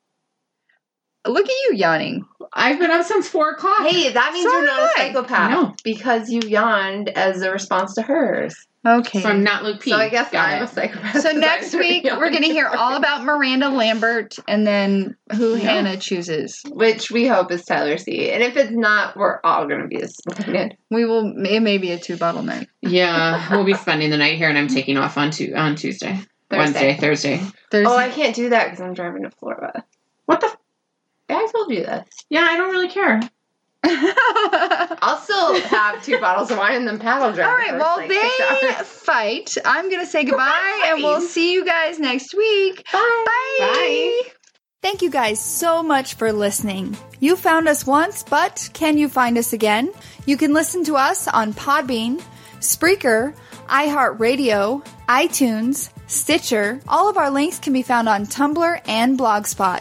Look at you yawning. I've been up since four o'clock. Hey, that means So you're not a did I. psychopath No. because you yawned as a response to hers. Okay. So I'm not Luke P. So I guess Got I'm a it. psychopath. So 'cause next I'm week yawning. we're going to hear all about Miranda Lambert and then who Yeah. Hannah chooses. which we hope is Tyler C. And if it's not, we're all going to be disappointed. We will it may be a two bottle night. Yeah, we'll be spending the night here, and I'm taking off on tu- on Tuesday, Wednesday, Thursday. Thursday. There's Oh, I can't do that because I'm driving to Florida. What the? F- I told you this. yeah, I don't really care. I'll still have two bottles of wine and then paddle drive. All right, for, well like, six they hours. fight. I'm going to say goodbye and we'll Fine. see you guys next week. Bye. Bye. Thank you guys so much for listening. You found us once, but can you find us again? You can listen to us on Podbean, Spreaker, iHeartRadio, iTunes, Stitcher. All of our links can be found on Tumblr and Blogspot.